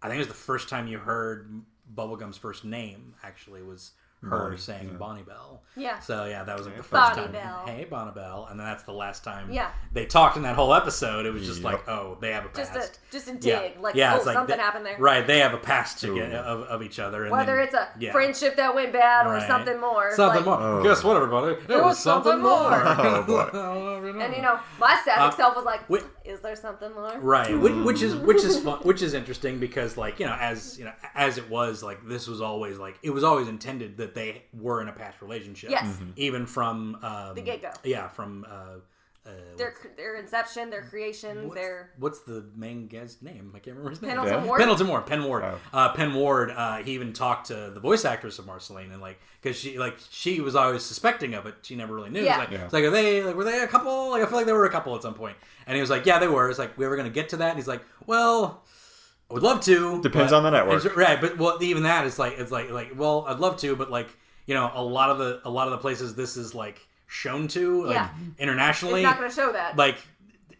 I think it was the first time you heard Bubblegum's first name. Actually, was her
Bonnie,
saying Bonnie Bell.
Yeah.
So yeah, that was like the first
Bonnie
time.
Bell.
Hey, Bonnie Bell, and then that's the last time.
Yeah.
They talked in that whole episode. It was just like,
Yep.
oh, they have a past.
Just a just a dig.
yeah.
Like
yeah,
oh
it's like
something
they-
happened there.
Right, they have a past to
Ooh.
get of, of each other. And
Whether
then-
it's a
yeah.
friendship that went bad or
Right.
something more.
something
like-
more.
Oh.
Guess what, everybody? It, was,
was
something,
something
more.
more.
Oh, boy.
And you know, my
Uh,
static self was like,
wait.
"Is there something more?"
Right, which, which is which is fun, which is interesting because like you know as you know as it was like this was always like it was always intended that they were in a past relationship.
Yes. Mhm.
even from um,
The get-go.
Yeah, from uh, uh,
Their their inception, their creation,
what's,
their
what's the main guy's name? I can't remember his name.
Pendleton
Yeah.
Ward.
Pendleton Ward. Penn Ward.
Oh.
Uh, Penn Ward. Uh, he even talked to the voice actress of Marceline, and like, because she like she was always suspecting of it. She never really knew.
Yeah.
It's like,
Yeah.
it's like, are they like were they a couple? Like, I feel like they were a couple at some point. And he was like, yeah, they were. It's like we were gonna get to that. And he's like, well. I would love to.
Depends
but-
on the network.
It's- right? But well, even that is like it's like like well, I'd love to, but like you know, a lot of the a lot of the places this is like shown to, like
Yeah.
internationally,
it's not going to show that.
like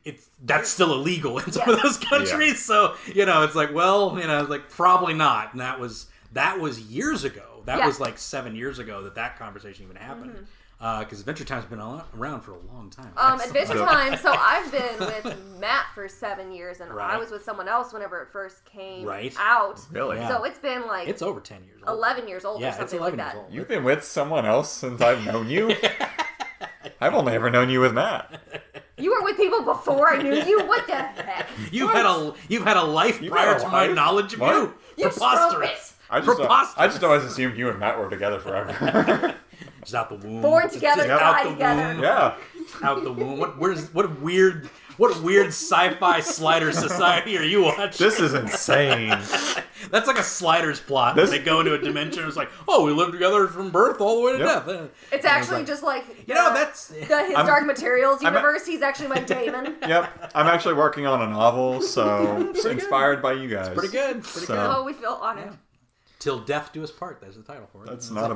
it's that's still illegal in some
Yeah.
of those countries. So you know, it's like well, you know, it's like probably not. And that was that was years ago. That
Yeah. Mm-hmm.
was like seven years ago that that conversation even happened. Because Adventure Time's been al- around for a long time.
um,
That's-
Adventure
Yeah.
Time. So I've been with Matt for seven years, and
Right.
I was with someone else whenever it first came
Right.
out.
Really?
Yeah.
So it's been like
it's over ten years. old.
eleven years old or
Yeah,
something
it's eleven
like that.
years old.
You've been with someone else since I've known you. I've only ever known you with Matt.
You were with people before I knew you. What the heck?
You've had a you've had a life
You've
prior
had a
to my
life?
knowledge of
What?
you.
You
Preposterous.
I just,
Preposterous.
I just always assumed you and Matt were together forever.
Just out the womb.
Born
Just-
together,
just out
die
the
together.
womb.
yeah.
Out the womb. What where's what weird what weird sci-fi slider society are you watching?
This is insane.
That's like a sliders plot.
This-
they go into a dimension. and It's like, oh, we lived together from birth all the way to
Yep.
death. And
It's
I was
actually
like,
just like
you know that's
the His
I'm-
Dark Materials
I'm a-
universe. He's actually my Damon.
Yep. I'm actually working on a novel, so inspired by you guys.
pretty good. Pretty
So-
good.
Oh, we feel honored.
Till death do us part. That's the title for it.
That's not a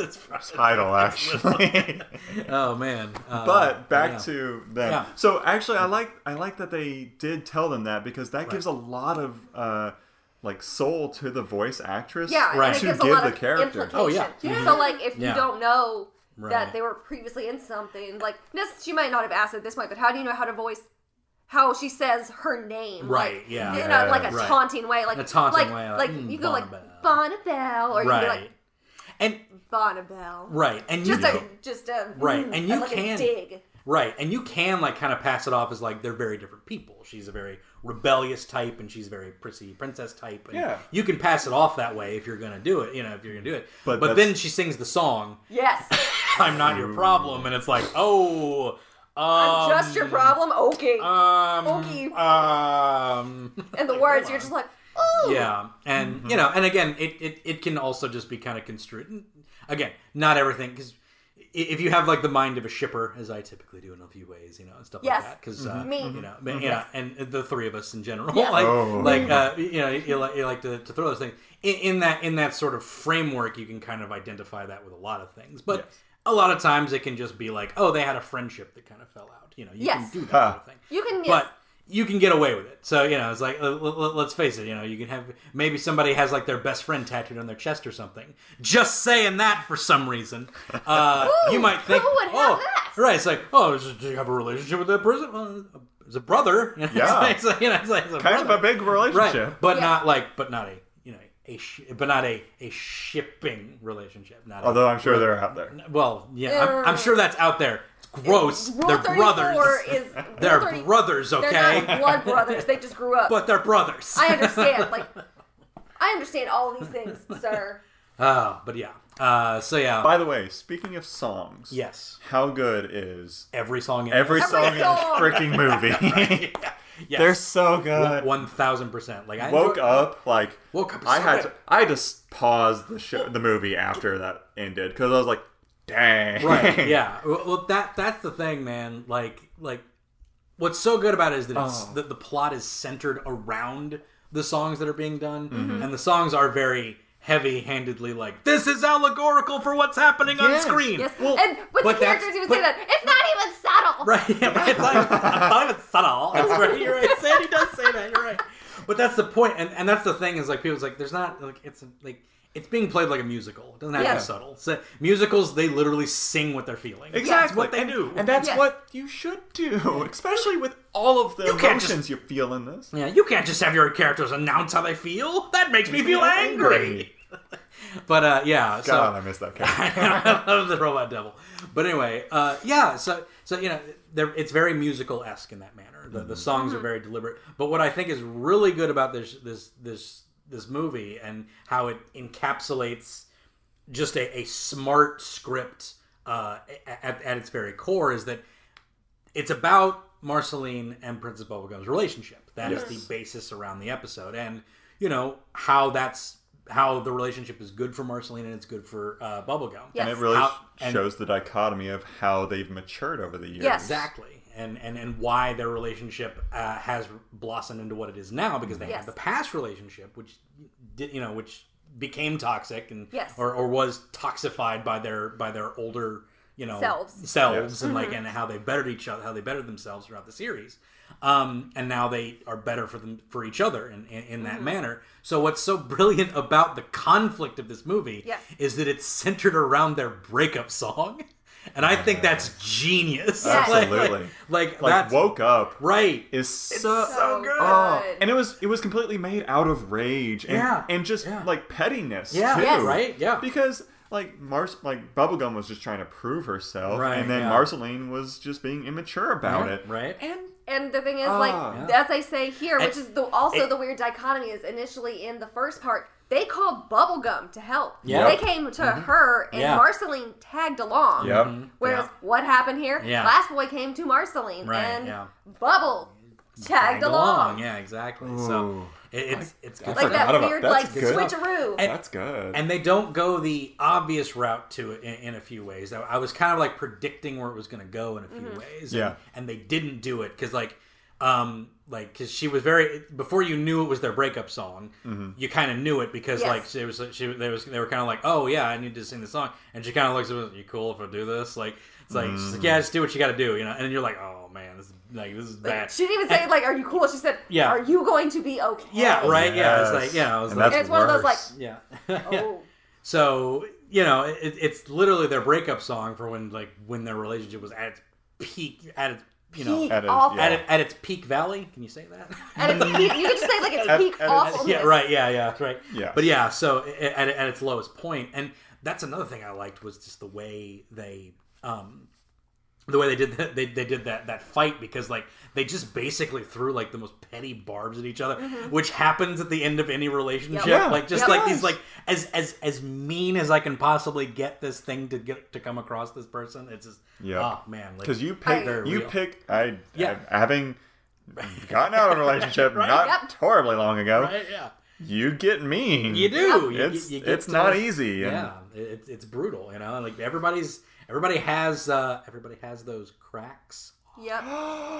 It's fine.
title, actually.
oh man. Uh,
but back
yeah.
to them.
Yeah.
So actually, I like I like that they did tell them that because that gives a lot of uh, like soul to the voice actress.
Yeah,
Right.
and it
To
gives a
give
lot
the
of
character.
implication.
Oh, yeah.
So like, if
Yeah.
you don't know
Right.
that they were previously in something, like this, she might not have asked at this point, but how do you know how to voice? How she says her name,
Right,
Like,
yeah.
in
Yeah.
a, like a
Right.
taunting way, like
A taunting
like,
way, like,
like
mm,
you go like
Bonnabelle.
Bonnabelle, or
right.
you can
and
go like Bonnabelle,
right, and you
Just
know-
a just a
Right,
mm,
and you
like a
can-
dig.
Right, and you can like kind of pass it off as like they're very different people. She's a very rebellious type, and she's a very prissy princess type. And
Yeah.
you can pass it off that way if you're gonna do it. You know, if you're gonna do it. But
But
but
that's-
then she sings the song
Yes,
"I'm Not Your Problem," and it's like, oh, um,
I'm just your problem. Okay,
Um,
Okay.
um,
and the
like,
words
hold
you're
on.
just like, oh
yeah and
Mm-hmm.
you know and again it, it it can also just be kind of construed and again not everything because if you have like the mind of a shipper as i typically do in a few ways you know and stuff
Yes.
like that because
Mm-hmm.
uh,
Me.
you know man, yeah and the three of us in general
Yes.
like
Oh.
like uh, you know you like, you like to, to throw those things in, in that in that sort of framework you can kind of identify that with a lot of things but
Yes.
a lot of times it can just be like oh they had a friendship that kind of fell out you know you
Yes.
can do that
Huh.
sort of thing
You can miss.
but you can get away with it. So you know, it's like l- l- let's face it. You know, you can have maybe somebody has like their best friend tattooed on their chest or something. Just saying that for some reason, uh,
Ooh,
you might think,
who would have
oh,
that?"
right? It's like, oh, is- do you have a relationship with that person? Well, it's a brother. You know, it's
Yeah.
like- it's like, you know, it's like it's a
Kind of
brother.
a big
right,
relationship.
but
Yeah.
not like, but not a you know a sh- but not a a shipping relationship. Not
Although
a,
I'm sure they're out there.
well, yeah, I'm,
Er.
I'm sure that's out there. oh, It's gross.
Rule
They're
34
brothers.
Is,
They're
Rule 30
brothers,
They're
okay?
not blood brothers. They just grew up.
but they're brothers.
I understand. Like, I understand all of these things, sir.
Uh, but yeah. Uh, so yeah.
By the way, speaking of songs,
yes.
how good is
Every song. in
every,
Every
song in this
song!
freaking movie?
yes.
They're so good.
one thousand percent. Like I
uh, woke
enjoy-
up like
Woke up
I
sorry.
had to, I had to s- pause the show, the movie after that ended because I was like, dang,
right yeah well well, that that's the thing man like like what's so good about it is that it's
Oh.
that the plot is centered around the songs that are being done
Mm-hmm.
and the songs are very heavy handedly like this is allegorical for what's happening on
Yes.
screen
Yes.
Well,
and but,
but
the
that's-
characters even
but-
say that it's not even subtle.
Right, yeah, right. It's not, even- it's not even subtle. That's right. You're right. Sandy does say that. You're right. But that's the point, and, and that's the thing is like people's like there's not like it's like it's being played like a musical. It doesn't have to
Yeah.
be subtle. So musicals they literally sing what they're feeling. That's
Exactly.
what they do.
And that's
Yes.
what you should do, especially with all of the
You can't
emotions you feel in this.
Yeah, you can't just have your characters announce how they feel. That makes me feel angry.
angry.
but uh, yeah,
God, I
so
miss that character.
I love the robot devil. But anyway, uh, yeah, so so you know, they're, it's very musical esque in that manner. The, the songs are very deliberate. But what I think is really good about this this this this movie and how it encapsulates just a, a smart script uh, a- at, at its very core is that it's about Marceline and Princess Bubblegum's relationship. That is
Yes.
the basis around the episode, and you know how that's how the relationship is good for Marceline and it's good for uh, Bubblegum.
Yes.
And it really
How-
sh-
and-
shows the dichotomy of how they've matured over the years.
Yes.
exactly. And, and and why their relationship uh, has blossomed into what it is now because they
Yes.
had the past relationship, which did you know, which became toxic and
Yes.
or, or was toxified by their by their older you know
Selves. Mm-hmm.
selves and like and how they bettered each other, how they bettered themselves throughout the series, um, and now they are better for them for each other in, in, in
Mm-hmm.
that manner. So what's so brilliant about the conflict of this movie
Yes.
is that it's centered around their breakup song, and I think that's genius.
Yes.
Like-
Absolutely.
like, like,
Like
that's
woke up
right.
is so,
so good.
oh, and it was it was completely made out of rage and
Yeah.
and just
Yeah.
like pettiness
Yeah,
too,
Yes.
right, yeah.
because. Like Mars, like Bubblegum was just trying to prove herself,
Right,
and then
yeah.
Marceline was just being immature about it.
Right.
And
And the thing is,
Ah.
like as I say here, which
And-
is the, also
it-
the weird dichotomy is initially in the first part they called Bubblegum to help.
Yeah.
They came to her, and
Yeah.
Marceline tagged along.
Yep.
Mm-hmm.
Whereas
Yeah.
what happened here?
Yeah.
Last boy came to Marceline,
Right,
and
yeah.
Bubble tagged, along.
Yeah, exactly. So it, it's it's good.
I
Like
for
that
forgot about-
weird, like
that's good.
switcheroo.
And-
that's good.
and they don't go the obvious route to it in, in a few ways. I, I was kind of like predicting where it was going to go in a few
Mm-hmm.
ways. and-
Yeah.
and they didn't do it because like, um, like because she was very before you knew it was their breakup song,
Mm-hmm.
you kind of knew it because
Yes.
like she was she they was they were kind of like oh yeah I need to sing the song and she kind of looks at me, you cool if I do this like it's like she's like yeah just do what you got to do you know and then you're like oh man this is like this is bad
she didn't even say like, "Are you cool?" She said,
Yeah.
"Are you going to be okay?"
yeah right yeah it's
Yes.
like yeah I was
And
like
that's
It's one of those,
worse.
yeah.
Oh,
So you know, it, it's literally their breakup song for when like when their relationship was at its peak, at its you know,
peak
at a-
awful.
at, Mm-hmm. it,
yeah.
at its peak valley. Can you say that?
And it's peak, you can just say like it's
At-
peak
at its-
awfulness.
yeah, right. Yeah, yeah, that's right.
Yes.
But yeah, so i- i- at, at its lowest point, and that's another thing I liked was just the way they, um, the way they did that. They, they did that that fight because like they just basically threw like the most petty barbs at each other, which happens at the end of any relationship.
Mm-hmm. Yeah.
Like just
Yep.
like
Yes.
these like as as as mean as I can possibly get this thing to get to come across this person. It's just
Yep.
oh man, like
Because you
I-
pick,
They're
you
real.
pick. I,
Yeah.
I- having gotten out of a relationship
Right,
not
yep.
horribly long ago,
right, yeah.
you get mean.
You do. You-
It's
you- you get
it's
to
not
this-
easy. and-
Yeah, it, it's brutal, you know. and, Like everybody's, everybody has, uh, everybody has those cracks.
Yep.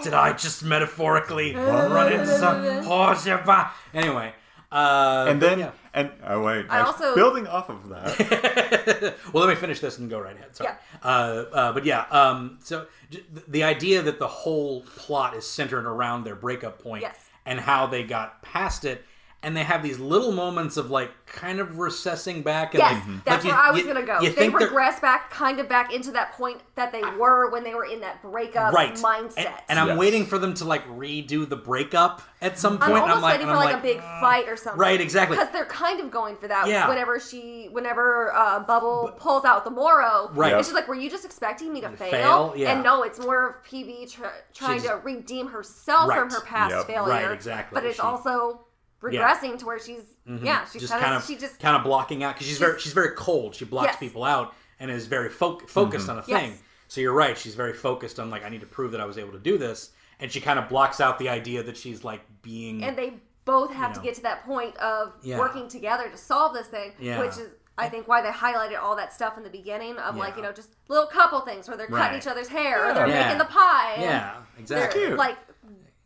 Did I just metaphorically run into some horse? if I- Anyway, uh,
And
but
then
yeah.
and oh wait, I-
I also-
building off of that.
well, let me finish this and go right ahead. Sorry. Uh, uh, but yeah, um, so j- th- the idea that the whole plot is centered around their breakup point
Yes.
and how they got past it, and they have these little moments of like kind of recessing back. And
Yes,
like, like
that's
Mm-hmm. you-
where I was
you-
gonna go.
You
They
think they're-
regress back, kind of back into that point that they were when they were in that breakup
right
mindset.
And, and I'm
Yes.
waiting for them to like redo the breakup at some
I'm
point.
almost
I'm like,
waiting
and
for
I'm
like, a big
"Ah."
fight or something.
Right, exactly.
Because they're kind of going for that.
Yeah.
Whenever she, whenever uh, Bubble pulls out the Moro,
Right.
It's just like, were you just expecting me to fail?
fail? Yeah.
And no, it's more of PB tr- trying
She's-
to redeem herself
Right.
from her past
Yep.
failure.
Right, exactly.
But it's
She- Mm-hmm.
also regressing to where she's, yeah, she's
just
kind,
kind
of,
of
she just,
kind of blocking out because she's very she's very cold. She blocks
Yes.
people out and is very fo- focused on a
Yes.
thing. So you're right. She's very focused on like I need to prove that I was able to do this, and she kind of blocks out the idea that she's like being
and they both have
you
to
know.
get to that point of
Yeah.
working together to solve this thing,
Yeah.
which is. I think why they highlighted all that stuff in the beginning of like
Yeah.
you know just little couple things where they're
Right.
cutting each other's hair or
Yeah.
they're
Yeah.
making the pie. and
yeah
they're
exactly
Cute.
like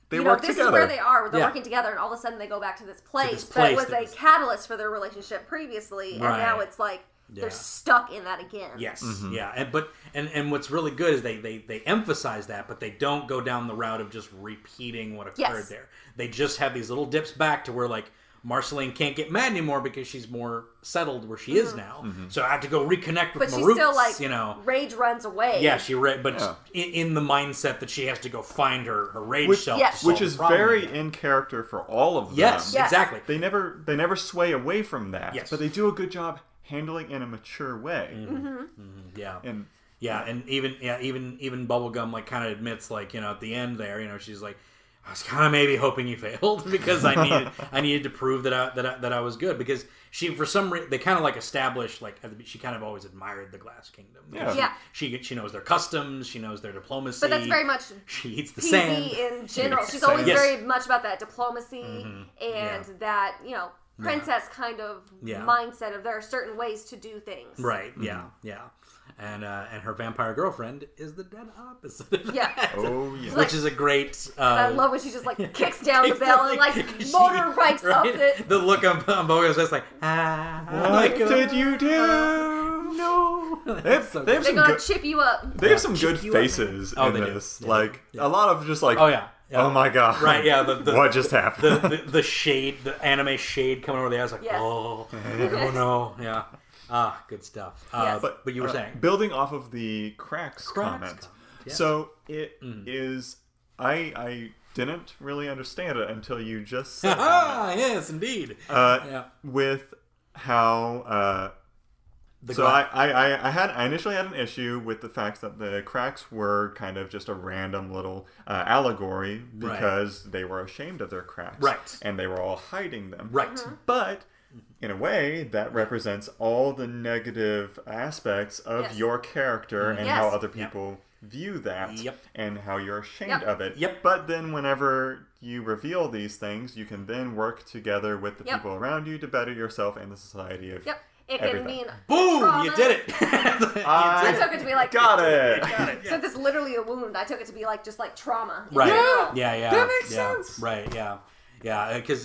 They
you know,
work
this
together.
is where they are. where They're
Yeah.
working together, and all of a sudden they go back to this place,
place
that was
that
a
was-
catalyst for their relationship previously, and
Right.
now it's like
Yeah.
they're stuck in that again.
yes
Mm-hmm.
yeah and but and and what's really good is they they they emphasize that but they don't go down the route of just repeating what occurred
Yes.
there they just have these little dips back to where like Marceline can't get mad anymore because she's more settled where she is now
Mm-hmm.
so I have to go reconnect with
Mm-hmm. but
my
she's
roots
still like
you know
rage runs away.
yeah she re- but
Yeah.
in, in the mindset that she has to go find her her rage
Which-
self
Yes.
to
which
solve
is
the problem.
very in character for all of them.
yes
Yes.
exactly
They never they never sway away from that,
Yes. Mm-hmm.
but they do a good job handling in a mature way.
yeah
And
Yeah, and even yeah, even even Bubblegum like kind of admits like, you know, at the end there, you know, she's like I was kind of maybe hoping you failed because I needed I needed to prove that I, that I, that I was good because she for some reason they kind of like established like at the be- she kind of always admired the Glass Kingdom.
Yeah.
Yeah.
She, she she knows their customs, she knows their diplomacy.
but that's very much
she eats the sand.
PB in general.
Yes.
She's always
Yes. Mm-hmm.
very much about that diplomacy and that you know princess kind of
Yeah.
mindset of there are certain ways to do things.
Right. Yeah. Yeah. And uh, and her vampire girlfriend is the dead opposite. of
Yeah.
that.
Oh, yeah.
Which
Like-
is a great. Uh,
I love when she just like kicks down the bell and like
She-
motorbikes up
right?
it.
The look on, on Bogo's face, like, ah,
what
like,
did you do?
no.
They've,
That's so
they have some
They're gonna
good
chip you up.
they have some good
you up, man.
faces
Oh,
in
they do.
this.
Yeah.
Like a lot of just like
Oh, yeah. Yeah.
Oh my god.
Right, yeah, the- the-
what just happened?
the, the the shade, the anime shade coming over the eyes, like,
Yes.
oh, oh no, yeah, ah, good stuff. Uh,
Yes.
but, but you were
uh,
saying,
building off of the cracks, comment.
comment, yes. Mm.
So it is. I I didn't really understand it until you just said that.
ah, yes, indeed.
Uh,
yeah,
with how uh,
the
so I,
gla-
I I- I had I initially had an issue with the fact that the cracks were kind of just a random little uh, allegory because they were ashamed of their cracks,
Right.
And they were all hiding them,
right,
Mm-hmm.
But in a way, that represents all the negative aspects of
Yes.
your character and how
Yes.
other people view that
Yep.
and how you're ashamed
Yep.
of it.
Yep.
But then, whenever you reveal these things, you can then work together with the
Yep.
people around you to better yourself and the society of.
Yep. It can
Everything.
mean
boom, you
trauma.
did it. You
I
I
took it to be like
got it!
got it, yeah.
So this is literally a wound. I took it to be like just like trauma.
Right.
Yeah.
Yeah. Yeah.
That makes
yeah,
sense.
Right. Yeah. Yeah. uh, Because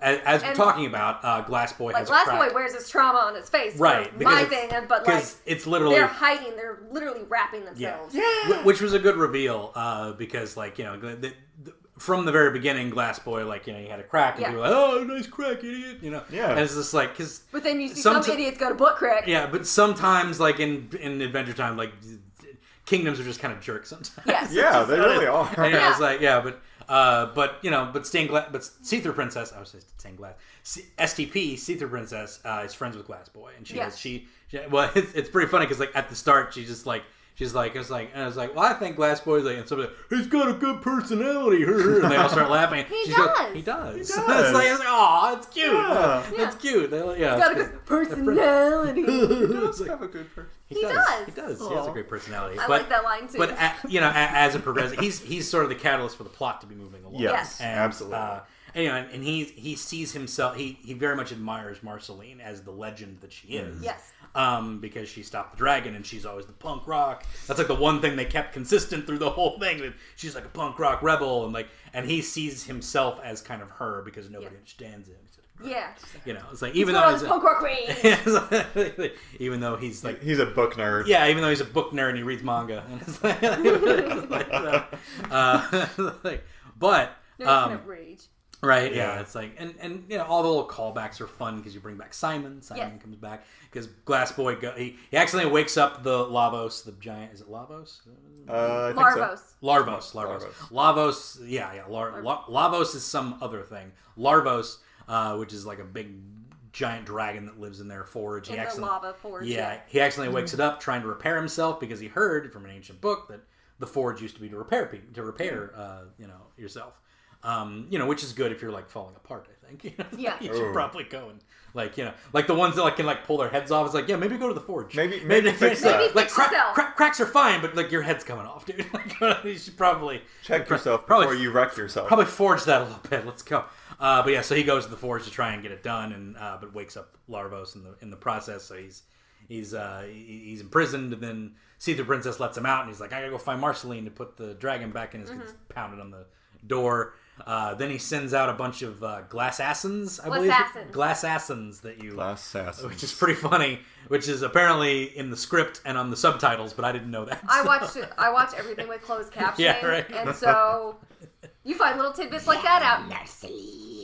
as we're
And-
talking about, uh, Glass Boy
Like
has
last
a crack.
boy wears his trauma on his face. for
right. because
My
it's-
thing, and- but like
'cause it's literally
they're hiding. They're literally wrapping themselves.
Wh- Which was a good reveal, uh, because like you know, the, the, the- from the very beginning, Glass Boy like you know he had a crack, and
Yeah.
people were like, oh, nice crack, idiot, you know.
Yeah.
And it's just like because
But then you see
Some
some,
t-
idiots go to butt crack.
yeah, but sometimes like in in Adventure Time, like kingdoms are just kind of jerks sometimes.
Yes.
Yeah, they
And
really are.
I
Yeah.
was like, yeah, but uh, but you know, but stained glass, but see through princess. I was just stained glass. C- STP see through princess uh, is friends with Glass Boy, and she
Yeah.
has she, she. Well, it's, it's pretty funny because like at the start, she just like. She's like, it's like, and I was like, well, I think Glass Boy's like, and somebody, he's got a good personality, her, and they all start laughing.
He
She's like,
does.
he does. He
does.
it's like, it's like, aw, it's cute.
Yeah.
It's cute. They, yeah,
Got a
it's
good personality.
good. It's like,
Have a good person.
He does.
He does. He has a
Aw.
great personality.
I
but,
like that line too.
But a you know, a- as it progresses, he's he's sort of the catalyst for the plot to be moving along.
Yes,
Yes.
And,
absolutely.
Uh, and, you know, and, and he he sees himself. He he very much admires Marceline as the legend that she is.
Yes.
Um, because she stopped the dragon, and she's always the punk rock. That's like the one thing they kept consistent through the whole thing. That she's like a punk rock rebel, and like, and he sees himself as kind of her because nobody
Yeah.
understands him. He's like,
yeah.
You know, it's like even
Put on this
though
punk rock queen.
he's, even though he's like
He's a book nerd.
yeah, even though he's a book nerd and he reads manga. And it's like, it's like, uh, uh, like, but
No, he's
um,
gonna rage.
Right. Yeah.
Yeah.
It's like, and and you know, all the little callbacks are fun because you bring back Simon. Simon
Yes.
comes back because Glass Boy go, he, he accidentally wakes up the Lavos, the giant. Is it Lavos?
Uh, I think so.
Larvos.
Larvos. Larvos. Lavos. Yeah. Yeah. Lar- La- Lavos is some other thing. Larvos, uh, which is like a big giant dragon that lives in their forge. He
In the
accident-
lava forge. Mm-hmm.
yeah, he accidentally wakes it up trying to repair himself because he heard from an ancient book that the forge used to be to repair people, to repair
Mm-hmm.
uh, you know yourself. Um, you know, which is good if you're like falling apart. I think. You know,
Yeah.
you should
Oh.
probably go and like you know, like the ones that like can like pull their heads off. It's like yeah, maybe go to the forge.
Maybe- maybe fix that.
Maybe
like
fix
crack,
yourself.
crack- cracks are fine, but like your head's coming off, dude. Like, you should probably
Check
pro-
yourself
probably
before you wreck yourself.
probably forge that a little bit. Let's go. Uh, but yeah, so he goes to the forge to try and get it done, and uh, but wakes up Larvos in the in the process. So he's he's uh, he- he's imprisoned, and then see the princess lets him out, and he's like, I gotta go find Marceline to put the dragon back in. His gets pounded on the door. Uh, then he sends out a bunch of uh, glass assins, I believe,
Glassassins.
glass assins that you
Last assassin.
which is pretty funny, which is apparently in the script and on the subtitles, but I didn't know that.
I watched it. I watch everything with closed captioning,
Yeah, right.
and so you find little tidbits like that out.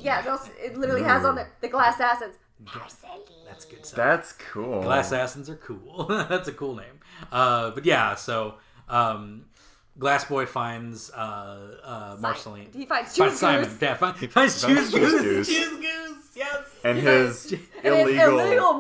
Yeah, those, it literally has on the, the glass assets.
That's good. Stuff.
That's cool.
Glass Assassins are cool. That's a cool name. Uh, but yeah, so um, Glass Boy finds uh, uh, Marceline.
He
finds
finds Juice
Simon.
Goose.
Yeah, find, finds Juice
finds Juice
Goose.
Goose.
Juice Goose. Yes.
and his
And his
illegal.
illegal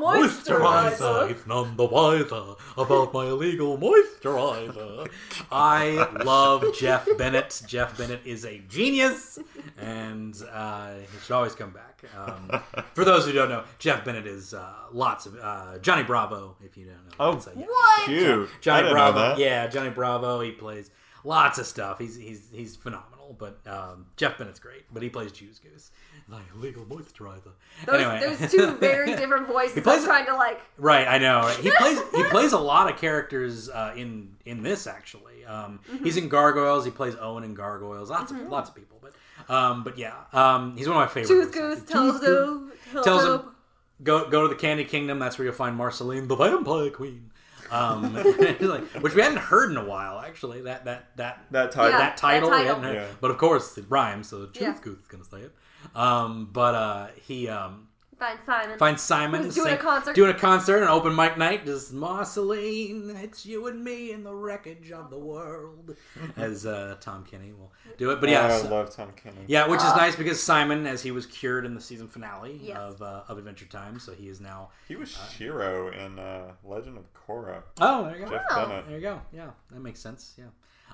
Moisturizer,
moisturizer.
if none the wiser about my illegal moisturizer. I love Jeff Bennett. Jeff Bennett is a genius, and uh, he should always come back. Um, for those who don't know, Jeff Bennett is uh, lots of uh, Johnny Bravo. If you don't know,
Oh,
It's a- yeah.
What?
Shoot, I
Johnny
didn't
Bravo.
know that.
Yeah, Johnny Bravo. He plays lots of stuff. He's he's he's phenomenal. But um, Jeff Bennett's great. But he plays Juice Goose, like legal moisturizer.
Those,
anyway,
those two very different voices.
plays it-
I'm trying to like.
right. I know. right? He plays he plays a lot of characters uh, in in this actually. Um,
Mm-hmm.
He's in Gargoyles. He plays Owen in Gargoyles. Lots of lots of people. But um, but yeah, um, he's one of my favorites.
Juice Goose tells him.
tells him go go to the Candy Kingdom. That's where you'll find Marceline, the Vampire Queen. Um, like- which we hadn't heard in a while, actually. That that that
That title.
Yeah.
that title,
that
we hadn't
title.
heard.
Yeah.
but of course it rhymes, so Juice
Yeah.
Goose is gonna say it. Um, but uh, he um,
Find Simon.
finds Simon
Who's
and
doing a
sing-
concert.
doing a concert, an open mic night. Just Marceline, it's you and me in the wreckage of the world, as uh, Tom Kenny will do it. But yeah,
I
so-
love Tom Kenny.
yeah, which is nice because Simon, as he was cured in the season finale
uh, Yes.
of uh, of Adventure Time, so he is now.
He was Shiro in uh, Legend of Korra.
Oh, there you go.
Jeff
Wow.
Bennett.
There you go. Yeah, that makes sense. Yeah.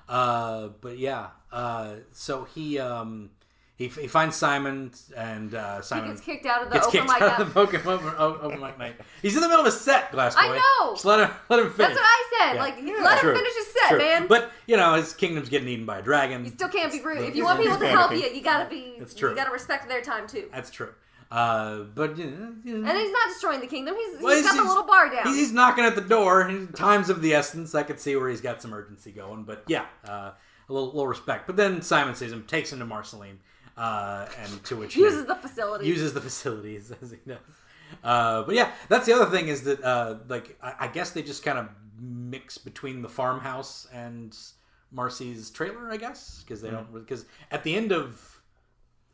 Uh, but yeah, uh, so he um, he, he finds Simon and uh,
he
Simon
gets kicked out of the
gets
open
kicked
mic
out
up.
of the Pokemon open, open mic night. He's in the middle of a set, Glass Boy.
I know!
Just let him let him finish.
That's what I said.
Yeah.
Like,
Yeah.
let
True.
him finish his set,
Sure.
man.
But you know, his kingdom's getting eaten by a dragon.
you still can't be rude.
the-
If you want people to
he's
help you,
panicking.
you gotta be.
It's true.
You gotta respect their time too.
That's true. Uh, but you know, you know,
And he's not destroying the kingdom. He's,
Well,
he's got the little bar down.
He's, he's knocking at the door. and Time's of the essence. I could see where he's got some urgency going, but yeah, uh, a little, little respect. But then Simon sees him, takes him to Marceline, uh, and to which he
uses the facility.
uses the facilities as he does. Uh, but yeah, that's the other thing is that uh, like I, I guess they just kind of mix between the farmhouse and Marcy's trailer, I guess, because they don't because at the end of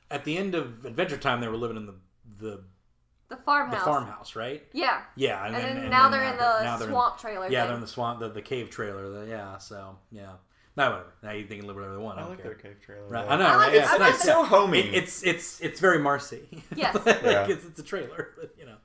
at the end of Adventure Time they were living in the the, the
the farmhouse.
farmhouse, right?
Yeah.
Yeah,
And, then, now they're in the
now they're in-
swamp trailer.
yeah,
thing.
they're in the swamp, the, the cave trailer. the- yeah, so yeah, no, whatever. Now you can live whatever they want. I,
I
don't
like
care.
their cave trailer.
Right,
though.
I know,
I like
right?
it.
Yeah,
I
it's
like
nice.
It's so homey.
It- it's it's it's very Marcy.
Yes.
like,
Yeah.
it's, it's a trailer, but, you know.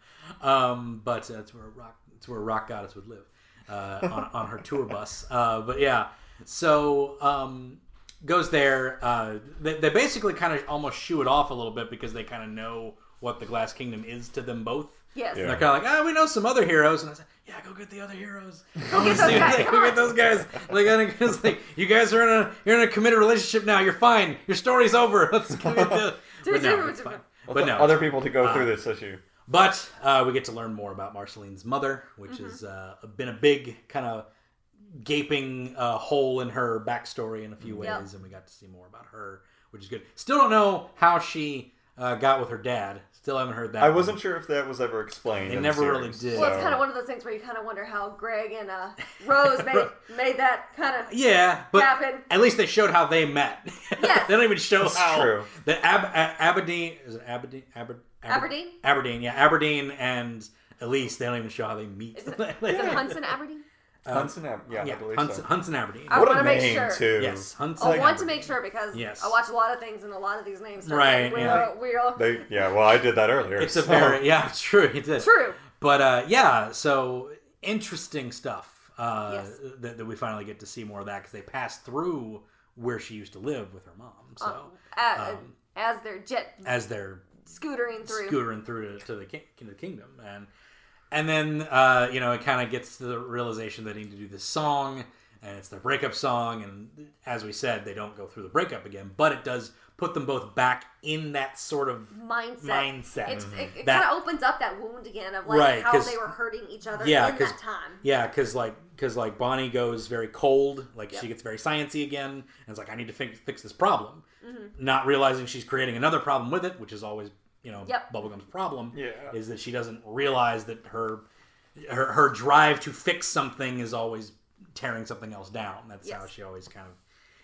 Um, but that's where rock. It's where rock goddess would live uh, on, on her tour bus. Uh, but yeah, so um, goes there. Uh, they, they basically kind of almost shoo it off a little bit because they kind of know what the Glass Kingdom is to them both.
Yes.
And
Yeah.
they're kind of like, ah, we know some other heroes. And I said, yeah, go get the other heroes. Go
get those guys, come
go
on."
get those guys. Like, I think it's like, you guys are in a you're in a committed relationship now. You're fine. Your story's over. Let's go get the. But no, it's fine. But no,
Other people to go through this issue.
but uh, we get to learn more about Marceline's mother, which has uh, been a big kind of gaping uh, hole in her backstory in a few ways,
Yeah.
and we got to see more about her, which is good. Still don't know how she uh, got with her dad. Still haven't heard that.
I
one.
wasn't sure if that was ever explained.
They
in the
never really
series,
did.
Well, it's
so-
kind of one of those things where you kind of wonder how Greg and uh, Rose made made that kind of
Yeah, but
Happen.
at least they showed how they met.
Yes.
they don't even show
That's
how
true.
the Ab- A- Aberdeen is it Aberdeen Aber- Aber-
Aberdeen?
Aberdeen, yeah, Aberdeen and Elise. They don't even show how they meet.
Is it, is it Hunson Aberdeen?
Hunts and Ab- yeah,
Um, yeah,
I believe
Hunts,
so.
Hunts and Aberdeen.
I
what
wanna
a
make
name
sure.
too.
yes, Hunts.
Oh. I
and
want to
Aberdeen.
make sure because
Yes.
I watch a lot of things and a lot of these names. Are
Right,
We're,
yeah.
we're,
They, yeah, well, I did that earlier.
It's a
so-
very yeah, true. It is
true.
But uh, yeah, so interesting stuff uh,
Yes.
that, that we finally get to see more of that because they pass through where she used to live with her mom. So
um, a-
um,
as they're jet
as they're
scootering through.
scootering through to, to the king, to the kingdom, and and then uh, you know it kind of gets to the realization they need to do this song, and it's their breakup song. And as we said, they don't go through the breakup again, but it does put them both back in that sort of
mindset.
mindset. Mm-hmm.
It's, it it
That-
kind of opens up that wound again of like
Right,
how
'cause-
they were hurting each other
Yeah,
in
'cause-
that time.
Yeah, because like because like Bonnie goes very cold, like she
Yep.
gets very sciencey again, and it's like I need to fix, fix this problem,
Mm-hmm.
not realizing she's creating another problem with it, which is always you know
Yep.
bubblegum's problem.
Yeah.
is that she doesn't realize that her her her drive to fix something is always tearing something else down. That's how
Yes.
she always kind of.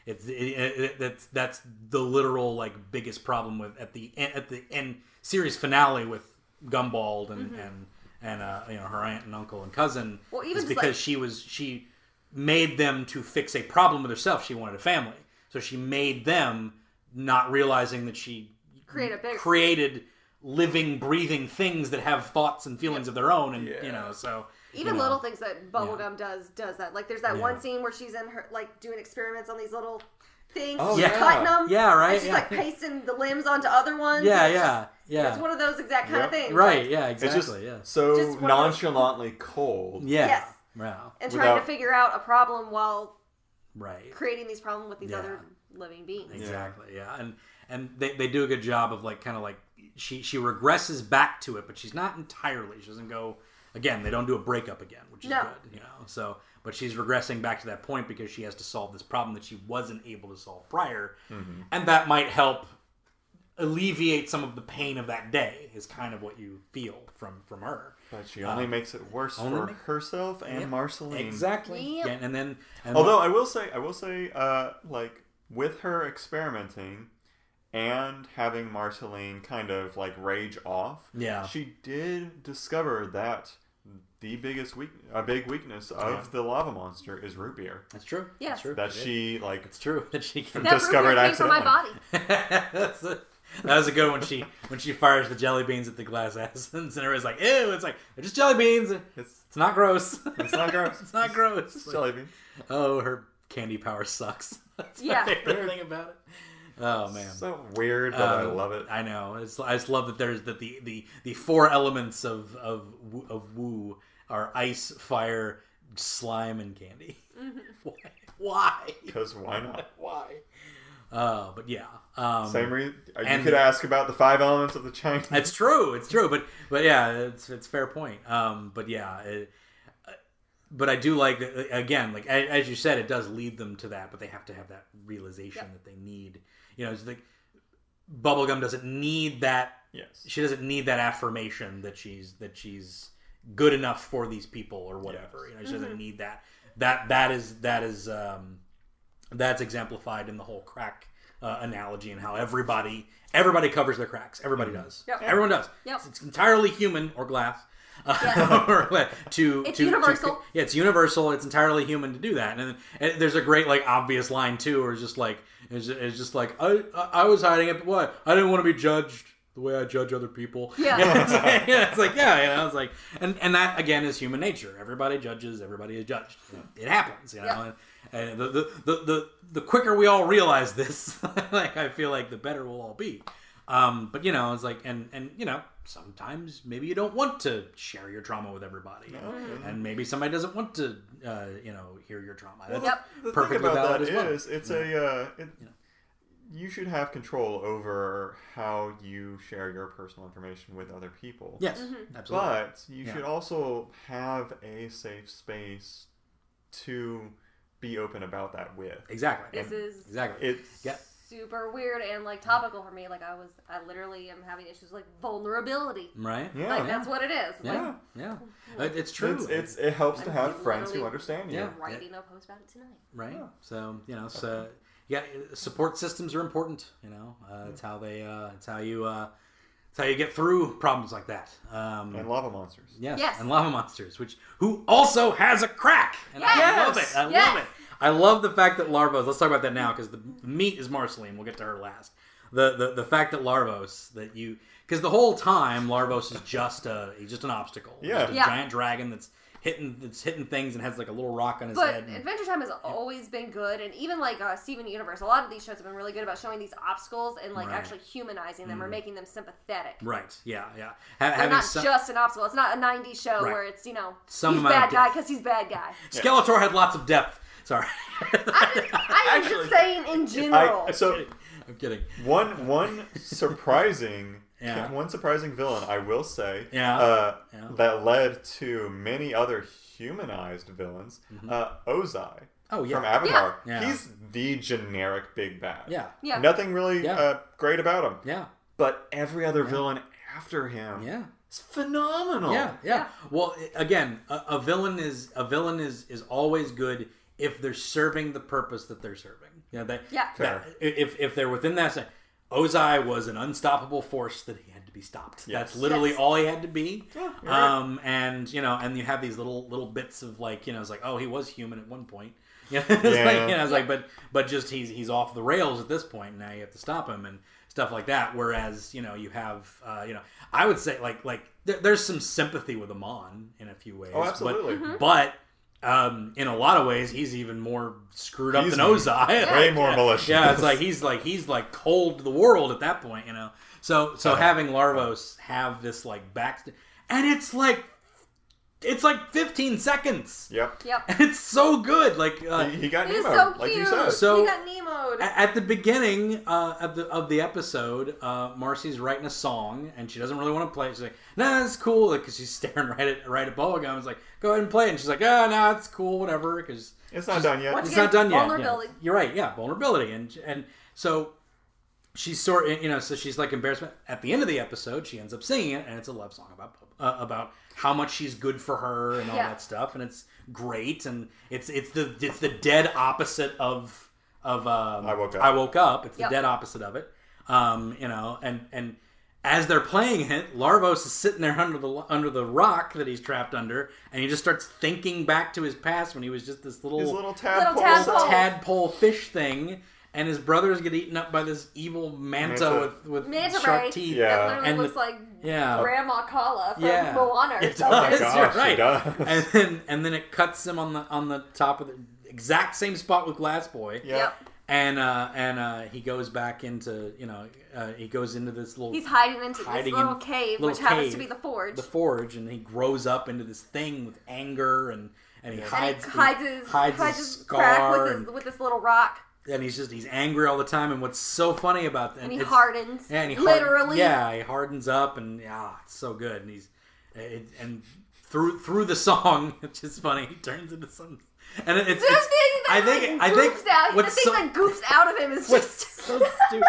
It's it, it, it- that's that's the literal like biggest problem with at the en- at the end series finale with Gumball and and and uh, you know her aunt and uncle and cousin.
Mm-hmm. Well, even
is
just,
because
like-
she was she made them to fix a problem with herself. She wanted a family, so she made them not realizing that she
Create a bigger-
created living, breathing things that have thoughts and feelings of their own, and you
Yeah.
know so you
Even
know.
little things that bubblegum does does that. Like there's that
Yeah.
one scene where she's in her like doing experiments on these little things.
Oh,
she's
yeah.
cutting them.
Yeah, right,
And she's
yeah.
like pasting the limbs onto other ones.
Yeah,
and it's
yeah,
just-
yeah.
It's one of those exact kind
Yep.
of things.
right,
like-
yeah,
It's
exactly,
just
yeah,
so
Just one of those-
nonchalantly cold.
yeah,
Yes.
wow,
And trying to
Without-
figure out a problem while
right.
creating these problems with these
Yeah.
other living beings.
Exactly. Yeah. And and they, they do a good job of like kind of like she she regresses back to it, but she's not entirely. She doesn't go again. They don't do a breakup again, which is
No.
good. You know. So, but she's regressing back to that point because she has to solve this problem that she wasn't able to solve prior, and that might help alleviate some of the pain of that day. Is kind of what you feel from from her.
But she only makes it worse
Uh, only
for
make-
herself and
Yep.
Marceline.
Exactly.
Yep.
Yeah, and then and
Although I will say, I will say, uh, like with her experimenting and having Marceline kind of like rage off,
Yeah.
she did discover that the biggest weak, a big weakness of the lava monster is root beer.
that's true.
Yes.
That's true.
That she like
It's true that she can
That
Discovered
discovered came from my
accidentally.
body.
That's a- that was a good one. She when she fires the jelly beans at the glass assassins, and everybody's like, "Ew!" It's like they're just jelly beans.
it's,
It's not gross.
it's not gross.
it's not gross.
It's jelly bean.
Oh, her candy power sucks. That's
Yeah.
my favorite thing about it. Oh man.
So weird, but I
Um,
love it.
I know. It's, I just love that there's that the, the the four elements of of Wu- of woo are ice, fire, slime, and candy. Why? Why?
Because why not?
Why? Uh, but yeah. Um,
Same reason you
and-
could ask about the five elements of the Chinese.
It's true. It's true. But but yeah, it's it's a fair point. Um, but yeah, it, uh, but I do like that- again, like a- as you said, it does lead them to that. But they have to have that realization that they need. You know, it's like bubblegum doesn't need that.
Yes.
She doesn't need that affirmation that she's that she's good enough for these people or whatever. You know, she doesn't need that. That that is that is um, that's exemplified in the whole crack uh, analogy and how everybody everybody covers their cracks. Everybody does.
Yep.
Everyone does.
Mm-hmm. Yep.
It's, it's entirely human or glass. uh,
Yes.
or what- to
It's
to- to-
universal.
yeah, it's universal. It's entirely human to do that. And, then, and there's a great like obvious line too, or just like it's, it's just like I, I I was hiding it, but why? I didn't want to be judged the way I judge other people.
Yeah.
it's, like, yeah, it's like yeah, you know, it's like and and that again is human nature. Everybody judges. Everybody is judged. It happens, you know.
Yeah.
And, and the, the, the, the, the quicker we all realize this, like I feel like the better we'll all be. Um, but you know, it's like, and and you know, sometimes maybe you don't want to share your trauma with everybody, and, and maybe somebody doesn't want to, uh, you know, hear your trauma. That's
Yep.
the
perfectly
thing about
valid
that
as
is,
well.
it's a uh, it, you should have control over how you share your personal information with other people.
yes, absolutely.
but you
Yeah.
should also have a safe space to be open about that with.
exactly.
This is
exactly.
It's
Yeah.
super weird and like topical for me. Like I was, I literally am having issues with, like vulnerability.
Right?
Yeah.
Like that's what it is. Like
Yeah. Yeah. It- It's true.
It's, it's it helps to have
I'm
friends who
literally-
understand you.
Yeah.
writing a post about it tonight.
right? So you know, so yeah, support systems are important. You know, uh, it's how they, uh, it's how you, uh, it's how you get through problems like that. Um,
And lava monsters.
yes,
Yes.
and lava monsters, which who also has a crack, and I
Yes.
love it. I
Yes.
love it. I love the fact that Larvos. Let's talk about that now because the meat is Marceline. We'll get to her last. The, the, the fact that Larvos that you because the whole time Larvos is just a he's just an obstacle
Yeah.
just a
Yeah.
giant dragon that's hitting that's hitting things and has like a little rock on his
But
head and-
Adventure Time has always been good, and even like uh, Steven Universe, a lot of these shows have been really good about showing these obstacles and like
Right. Mm.
actually humanizing them or making them sympathetic.
Right. Yeah. Yeah. Ha-
They're
having
not
some,
just an obstacle. It's not a '90s show
Right.
where it's you know
Some
he's
amount of
bad guy
depth.
because he's bad guy.
Skeletor had lots of depth. Sorry.
I'm just, I'm
Actually,
just saying in general.
I, so
I'm kidding.
one one surprising
Yeah.
one surprising villain I will say
Yeah.
Uh,
Yeah.
that led to many other humanized villains uh, Ozai
Oh Mm-hmm. yeah.
from Avatar
Yeah. Yeah.
he's the generic big bad
Yeah.
Yeah.
nothing really
Yeah.
uh, great about him
yeah.
but every other villain after him
Yeah.
is phenomenal
Yeah. Yeah. Well, i- again, a, a villain is a villain is is always good if they're serving the purpose that they're serving. You know, they,
Yeah.
that-
Fair.
if if they're within that. se- Ozai was an unstoppable force that he had to be stopped. That's
Yes.
literally
Yes.
all he had to be.
Yeah, you're right.
um, and you know, and you have these little little bits of like, you know, it's like, oh, he was human at one point. Yeah, it's
Yeah.
like, you know, it's like, but but just he's he's off the rails at this point. And now you have to stop him and stuff like that. Whereas you know you have uh, you know I would say like like there, there's some sympathy with Amon in a few ways.
Oh, absolutely.
But, but um, in a lot of ways, he's even more screwed up
He's
than Ozai.
way
Like,
more
yeah,
malicious
Yeah, it's like he's like he's like cold to the world at that point, you know. So so
Uh-huh.
having Larvos have this like back, and it's like it's like 15 seconds.
yep
yep.
And it's so good. Like uh,
he, he got
He
Nemo
was so
like you
cute.
said
So-
he got Nemoed.
A- At the beginning uh, of the of the episode, uh, Marcy's writing a song and she doesn't really want to play it. She's like, "Nah, it's cool," because she's staring right at right at Bubblegum. It's like, "Go ahead and play," it. and she's like, "Ah, nah, it's cool, whatever." Because
it's not done yet
Once
it's
again,
not done yet. yeah.
vulnerability.
You're right. Yeah, vulnerability, and and so she's sort you know so she's like embarrassment. At the end of the episode, she ends up singing it, and it's a love song about uh, about how much she's good for her and all
Yeah.
that stuff, and it's great, and it's it's the it's the dead opposite of of um,
I Woke Up.
I woke up. It's the
Yep.
dead opposite of it. Um, you know, and and as they're playing it, Larvos is sitting there under the under the rock that he's trapped under, and he just starts thinking back to his past when he was just this
his little
Little
tadpole,
tadpole.
tadpole fish thing, and his brothers get eaten up by this evil manta,
Manta.
with with
Manta
sharp
ray.
teeth.
Yeah.
That literally
And
looks
the-
like
yeah.
Grandma Kala from
Yeah.
Moana. Or
It
something.
Oh my
does.
gosh,
you're
it
right.
does.
And then and then it cuts him on the on the top of the exact same spot with Glass Boy.
Yeah.
Yep.
And uh, and uh, he goes back into you know uh, he goes into this little
He's hiding into
Hiding
this little
in-
cave,
little
which happens to
cave.
be the forge.
the forge and he grows up into this thing with anger and and he
and
hides
he
the-
hides his,
hides his
crack
scar
with,
and-
his, with this little rock,
and he's just he's angry all the time and what's so funny about that
and he
it's-
hardens.
Yeah, and he hard-
literally.
yeah, he hardens up, and yeah, it's so good. And he's it, and through through the song, it's just funny. He turns into some, and it, it's,
The
it's-
thing that
I think
like,
I think
goops out, the
what's
thing
so,
that goops out of him is
what's
just.
so stupid.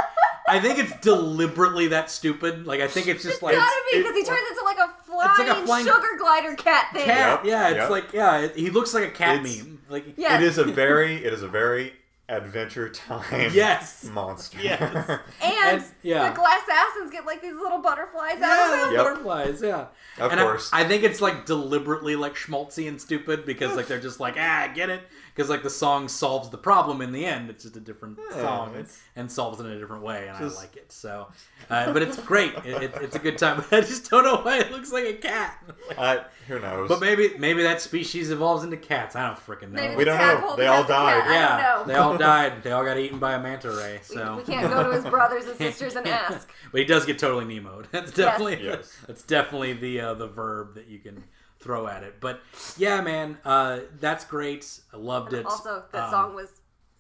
I think it's deliberately that stupid. Like I think it's just
it's
like
gotta be
it-
because he turns into like a flying,
like a flying
sugar glider cat thing.
cat.
Yep,
yeah, it's
yep.
like yeah, it, he looks like a cat
It's-
meme. Like
Yeah.
it is a very it is a very adventure time
Yes.
monster
Yes.
And,
And- yeah.
the glass assassins get like these little butterflies out of
Yeah,
them.
Yep.
butterflies. Yeah,
Of
And I-
course.
I, think it's like deliberately like schmaltzy and stupid because like they're just like ah, I get it because like the song solves the problem in the end. It's just a different
Yeah,
song and,
it's-
and solves it in a different way, and
Just-
I like it. So, uh, but it's great. It, it, it's a good time. But I just don't know why it looks like a cat.
I, who knows
But maybe maybe that species evolves into cats. I don't freaking know.
Maybe
We
the
don't know.
tadpole
They all
becomes a cat.
died.
yeah,
I don't know.
they all died. They all got eaten by a manta ray. So
We can't go to his brothers and sisters and ask.
but he does get totally Nemoed. That's definitely
Yes.
that's definitely the uh, the verb that you can throw at it. But yeah, man, uh, that's great. I loved it.
Also, that
Um,
song was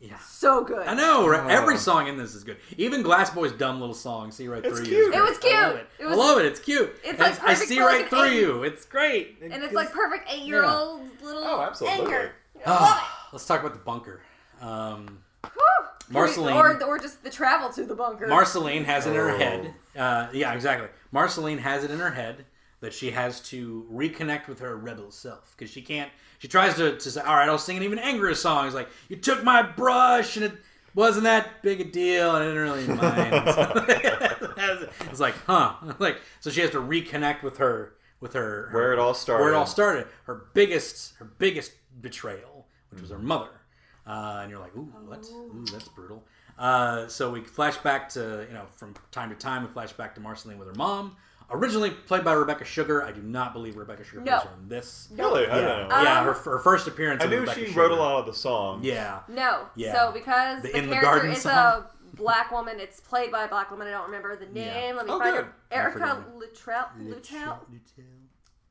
yeah.
so good.
I know. Right? Every
Oh.
song in this is good. Even Glass Boy's dumb little song, "See Right
It's
Through
cute.
You."
It
is
was
great. I love
cute.
it.
It
I
was-
love it. It's cute.
It's
And
like
I
perfect
see
for
right
like
through
an eight.
you. It's great.
And it's like perfect eight year old little
Oh, absolutely.
anger. I
Oh,
love
let's talk about the bunker. Um,
it. Whew.
Marceline.
or or just the travel to the bunker.
Marceline has it in her
Oh.
head. Uh, yeah, exactly. Marceline has it in her head that she has to reconnect with her rebel self because she can't. She tries to, to say, "All right, I'll sing an even angrier song." It's like, "You took my brush, and it wasn't that big a deal, and I didn't really mind." it's like, huh? Like, so she has to reconnect with her with her, her
Where it all started.
Where it all started. Her biggest her biggest betrayal, which
Mm-hmm.
was her mother. Uh, and you're like, ooh, what?
Oh.
Ooh, that's brutal. Uh, so we flash back to, you know, from time to time, we flash back to Marceline with her mom, originally played by Rebecca Sugar. I do not believe Rebecca Sugar
No.
plays her in this.
Really? I
Yeah,
don't know.
yeah
Um,
her, her first appearance.
I
of
knew
Rebecca
she
Sugar.
wrote a lot of the songs.
Yeah,
No.
Yeah.
So because
The
the,
In the
character
Garden
is
song?
a black woman, it's played by a black woman. I don't remember the
Yeah.
name. Let me
Oh,
find
good.
her.
I forgot
Erica Luttrell. Luttrell.
Lutel.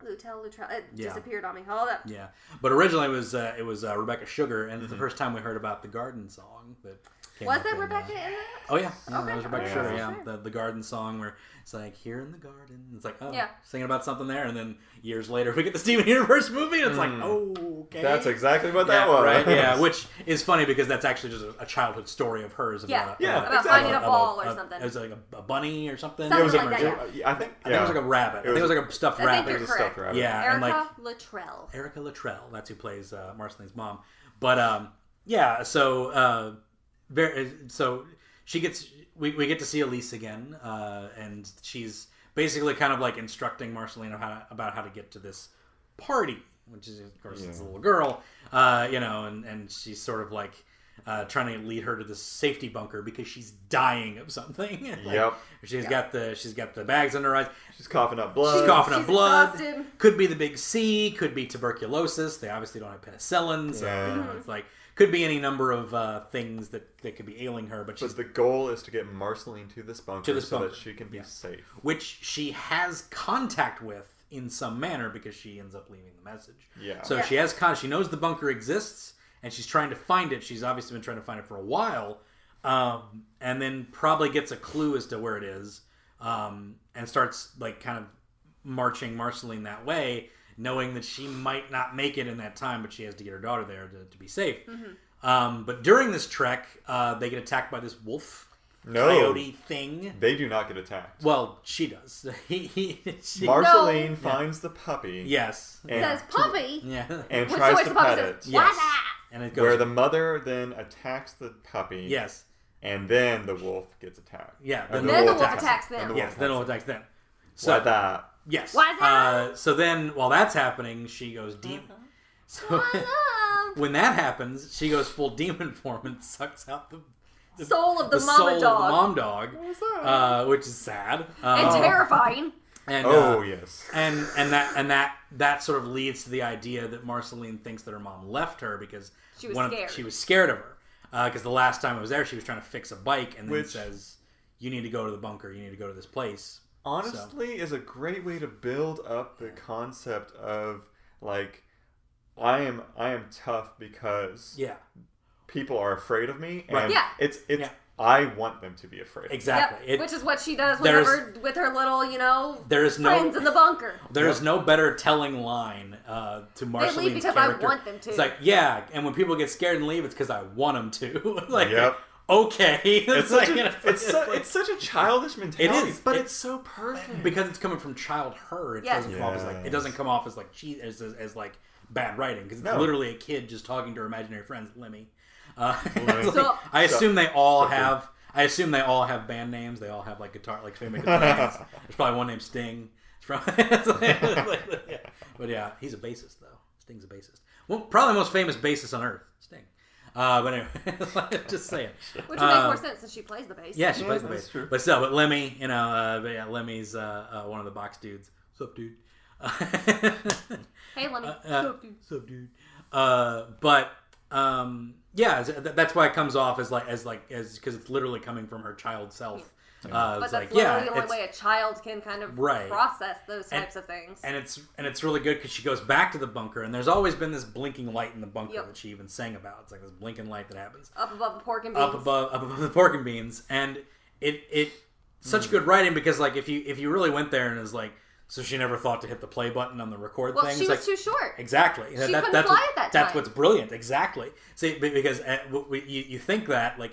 Luttrell. Luttrell. It
Yeah.
disappeared on me. Hold up.
Yeah, but originally it was uh, it was uh, Rebecca Sugar, and
Mm-hmm.
it's the first time we heard about the Garden Song that came
Was
up
that
in, uh,
Rebecca in that?
Oh yeah, yeah
Okay,
that was Rebecca
okay,
Sugar.
yeah,
Yeah,
sure.
the, the garden song where it's like here in the garden. It's like oh,
Yeah.
singing about something there, and then years later we get the Steven Universe movie, and it's like
Mm.
oh, okay,
That's exactly what
yeah,
that was.
right? Yeah, which is funny because that's actually just a, a childhood story of hers.
Yeah.
about,
Yeah,
about,
About finding a
ball or something.
It was like a, a bunny or something.
Something
It was
like
a-
that, yeah.
it- I think.
I think it was
yeah.
like a rabbit. I think it was like a stuffed
I think
rabbit.
It
you're
was a stuffed
correct.
rabbit.
Yeah,
Erica
and like
Luttrell.
Erica Luttrell. That's who plays uh, Marceline's mom. But um, yeah, so uh, very, so she gets we, we get to see Elise again, uh, and she's basically kind of like instructing Marceline of how, about how to get to this party, which is of course it's a little girl, uh, you know, and and she's sort of like. Uh, trying to lead her to this safety bunker because she's dying of something. Like,
Yep.
She's got the she's got the bags under her eyes.
She's coughing up blood.
She's coughing up
She's
blood.
exhausted.
Could be the big C. Could be tuberculosis. They obviously don't have penicillin, so
Yeah.
you know, it's like could be any number of uh, things that, that could be ailing her. But she's
But the goal is to get Marceline to this bunker
To this
so
bunker.
that she can be safe.
which she has contact with in some manner because she ends up leaving the message.
Yeah.
So
Yeah.
she has con. She knows the bunker exists, and she's trying to find it. She's obviously been trying to find it for a while, um, and then probably gets a clue as to where it is, um, and starts like kind of marching Marceline that way, knowing that she might not make it in that time, but she has to get her daughter there to, to be safe. Um, but during this trek, uh, they get attacked by this wolf
No.
coyote thing.
They do not get attacked.
Well, she does. he, he, she,
Marceline
No.
finds the puppy
yes.
and,
Says puppy.
Yeah.
and
Wait, so
tries
it's
to
the puppy
pet
says,
it.
"What?"
Yes. And it goes.
Where the mother then attacks the puppy.
yes.
And then the wolf gets attacked.
Yeah,
Or
then the wolf
attacks them.
And the wolf
Yes. Then it'll
attacks
attack them. So
them. Why that?
yes.
Why is that? Uh-huh.
Uh, so then, while that's happening, she goes deep. So
I
when that happens, she goes full demon form and sucks out the
love soul of the,
the soul
mama
of the
dog.
mom dog, uh, which is sad.
and
Uh,
terrifying.
and,
Oh,
uh,
yes.
and and that and that that sort of leads to the idea that Marceline thinks that her mom left her because
She was
of-
scared.
she was scared of her because the last time I was there, she was trying to fix a bike and then
Which-
says, "You need to go to the bunker. You need to go to this place."
honestly is a great way to build up the concept of like I am I am tough because
Yeah,
people are afraid of me and
Right.
Yeah.
it's it's
Yeah.
I want them to be afraid. of me.
exactly.
Yep,
It-
which is what she does
there's-
whenever with her little, you know,
there is no
friends in the bunker.
There is no better telling line uh, to Marceline's
because I
character.
want them to.
It's like, yeah, and when people get scared and leave, it's because I want them to. like,
Yep.
okay, it's,
It's
like
such, a, it's, su- it's such a childish mentality,
is.
but
It-
it's so perfect.
because it's coming from child her. It
Yes.
doesn't come off as like it
Hmm. Yes.
doesn't come off as like cheese as, as, as like bad writing because it's
No.
literally a kid just talking to her imaginary friends. Lemmy. Uh,
Lemmy.
like,
So-
I assume they all
Sucker.
have. I assume they all have band names. They all have like guitar, like famous guitar names. There's probably one named Sting. It's probably, it's like- yeah. But yeah, he's a bassist though. Sting's a bassist. Well, probably the most famous bassist on earth, Sting. Uh, but anyway, just saying.
Which would make
Uh,
more sense since she plays the bass.
yeah, she
Yeah,
plays the
that's
bass.
true.
But still, but Lemmy, you know, uh, but yeah, Lemmy's uh, uh, one of the box dudes. Sup, dude.
Hey, Lemmy.
uh,
so cute.
Sup, dude. Uh, but um, yeah, it's- th- that's why it comes off as like as like as because it's literally coming from her child self. Uh,
but
it's
that's
like
literally
yeah,
the only
it's,
way a child can kind of
Right.
process those
And-
types of things.
and it's and it's really good because she goes back to the bunker and there's always been this blinking light in the bunker
Yep.
that she even sang about. It's like this blinking light that happens.
up above the pork and beans.
up above up above the pork and beans and it it such good writing because like if you if you really went there and is like so she never thought to hit the play button on the record
Well,
thing
she was
it's like
too short.
exactly she
couldn't
that's
fly
what-
at that
that's
time.
what's brilliant exactly see be- because uh, w- we, you, you think that like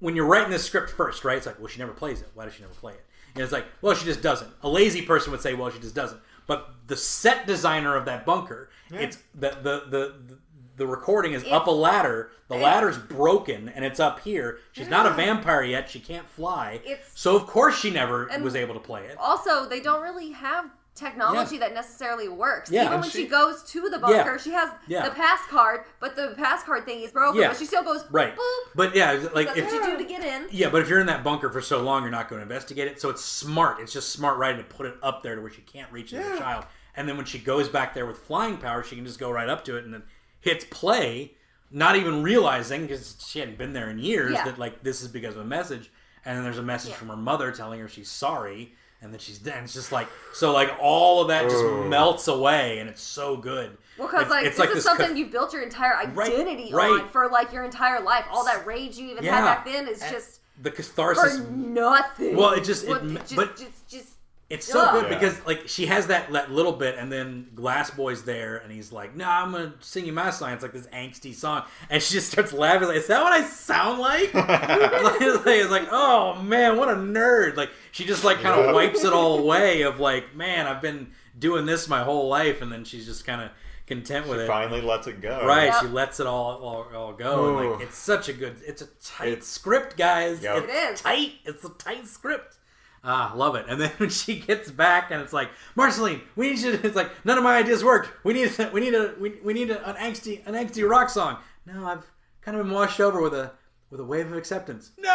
when you're writing this script first, right? It's like, well, she never plays it. Why does she never play it? And it's like, well, she just doesn't. A lazy person would say, well, she just doesn't. But the set designer of that bunker, it's the the the. the the recording is up a ladder. The ladder's broken, and it's up here. She's not a vampire yet. She can't fly.
It's-
so of course she never was able to play it.
Also, they don't really have technology
Yeah.
that necessarily works.
Yeah,
Even
and
when she,
she-
goes to the bunker, she has
Yeah.
the pass card, but the pass card thing is broken.
Yeah.
But she still goes
Right.
boop.
But yeah, like
That's
if
what you do to get in.
Yeah, but if you're in that bunker for so long, you're not going to investigate it. So it's smart. It's just smart writing to put it up there to where she can't reach it as a
Yeah.
child. And then when she goes back there with flying power, she can just go right up to it and then hits play, not even realizing because she hadn't been there in years
Yeah.
that like this is because of a message. And then there's a message from her mother telling her she's sorry and that she's dead. And it's just like so like all of that just
Oh.
melts away and it's so good.
Well, because
It's-
like
it's
this is
ca-
something you built your entire
Right,
identity
right.
on for like your entire life. All that rage you even
Yeah.
had back then is just
the
for
catharsis
nothing.
Well, it just- it
What-
ma-
just,
but-
just just
It's so
Ugh.
good
Yeah.
because like she has that, that little bit, and then Glass Boy's there, and he's like, "No, nah, I'm gonna sing you my song." It's like this angsty song, and she just starts laughing. Like, is that what I sound like? like it's like, oh man, what a nerd! Like she just like kind
Yeah.
of wipes it all away. Of like, man, I've been doing this my whole life, and then she's just kind of content with it.
Finally lets it go.
Right,
Yep.
she lets it all all, all go, and
Ooh.
like it's such a good, it's a tight
It's-
script, guys.
Yep.
It's
It is.
tight. It's a tight script. Ah, love it. And then when she gets back, and it's like, Marceline, we need you. To, it's like none of my ideas worked. We need, we need a, we, we need a, an angsty, an angsty rock song. No, I've kind of been washed over with a, with a wave of acceptance. No.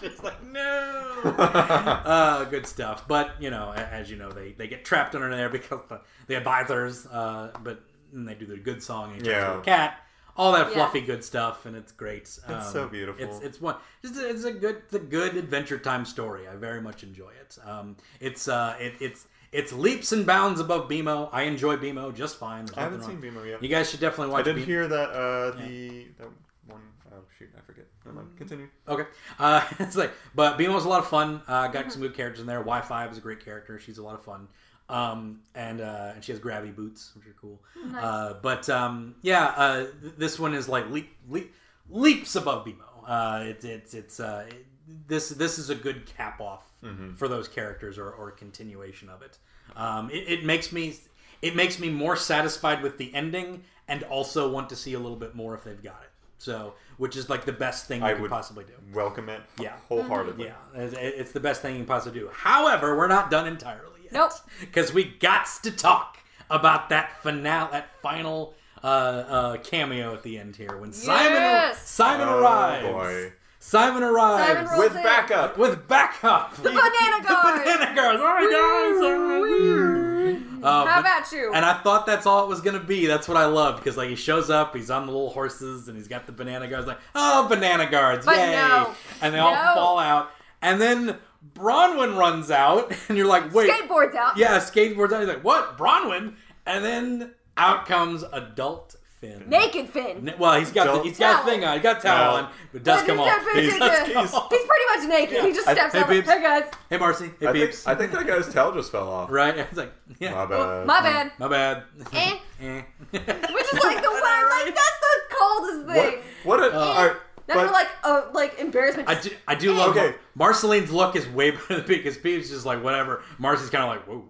She's like, no uh, good stuff. But you know, a- as you know, they, they get trapped under there because the, the advisors. Uh, but and they do the good song and he turns into
Yeah.
a cat. All that
Yeah.
fluffy good stuff, and it's great. Um,
so beautiful.
It's it's one. It's a, it's a good it's a good adventure time story. I very much enjoy it. Um, it's uh, it, it's it's leaps and bounds above BMO. I enjoy BMO just fine. There's
I haven't
nothing
seen
wrong.
BMO yet.
You guys should definitely watch.
I did
BMO.
hear that uh, the that one oh shoot, I forget. Never
Mm.
mind. Continue.
Okay. Uh, it's like, but Beam was a lot of fun. Uh, got some good characters in there. Y Five is a great character. She's a lot of fun. Um, and uh, and she has gravity boots, which are cool. Uh, but um, yeah, uh, th- this one is like leap, leap, leaps above Bimo. Uh, it's it's it's uh, it- this this is a good cap off
Mm-hmm.
for those characters or, or continuation of it. Um, it. It makes me it makes me more satisfied with the ending and also want to see a little bit more if they've got it. So, which is like the best thing you
I
could
would-
possibly do.
Welcome it.
Yeah.
Wholeheartedly.
Yeah, it- it- it's the best thing you can possibly do. However, we're not done entirely yet.
Nope.
Because we got to talk about that finale, that final uh, uh, cameo at the end here when Simon
Yes!
Simon
Oh,
arrives.
boy.
Simon arrives
Simon rolls
With
in.
backup.
with backup. The
banana guard.
banana guard. All right, guys. Uh,
How
but-
about you?
and I thought that's all it was gonna be. That's what I loved because like he shows up, he's on the little horses, and he's got the banana guards. Like, oh, banana guards,
But
yay!
no.
And they all
No.
fall out, and then Bronwyn runs out, and you're like, wait,
Skateboards out.
yeah, skateboards out. He's like, what, Bronwyn? And then out comes adult Finn.
Naked Finn.
N- Well, he's got the,
Adult-
he's got a
Towel.
thing on, he got a towel
No.
on, but it does
But
come
he's
off.
not
He's-
finished yet.
he's-
He's pretty much naked. He just
I-
steps
hey,
out. like,
babes.
Hey guys,
Hey, Marcy. Hey,
I think,
peeps.
I think that guy's tail just fell off.
right? It's like, yeah,
My
well,
bad.
Mm-hmm.
my bad.
my bad.
Eh.
Eh.
Which is like the
Isn't
word.
that
Like
right?
that's the coldest
What?
thing.
What?
Uh,
A, all right,
Not
but
for like uh, like embarrassment.
I do, I do love
Okay.
Mar- Marceline's look is way better than because Peeves just like whatever. Marcy's kind of like whoa,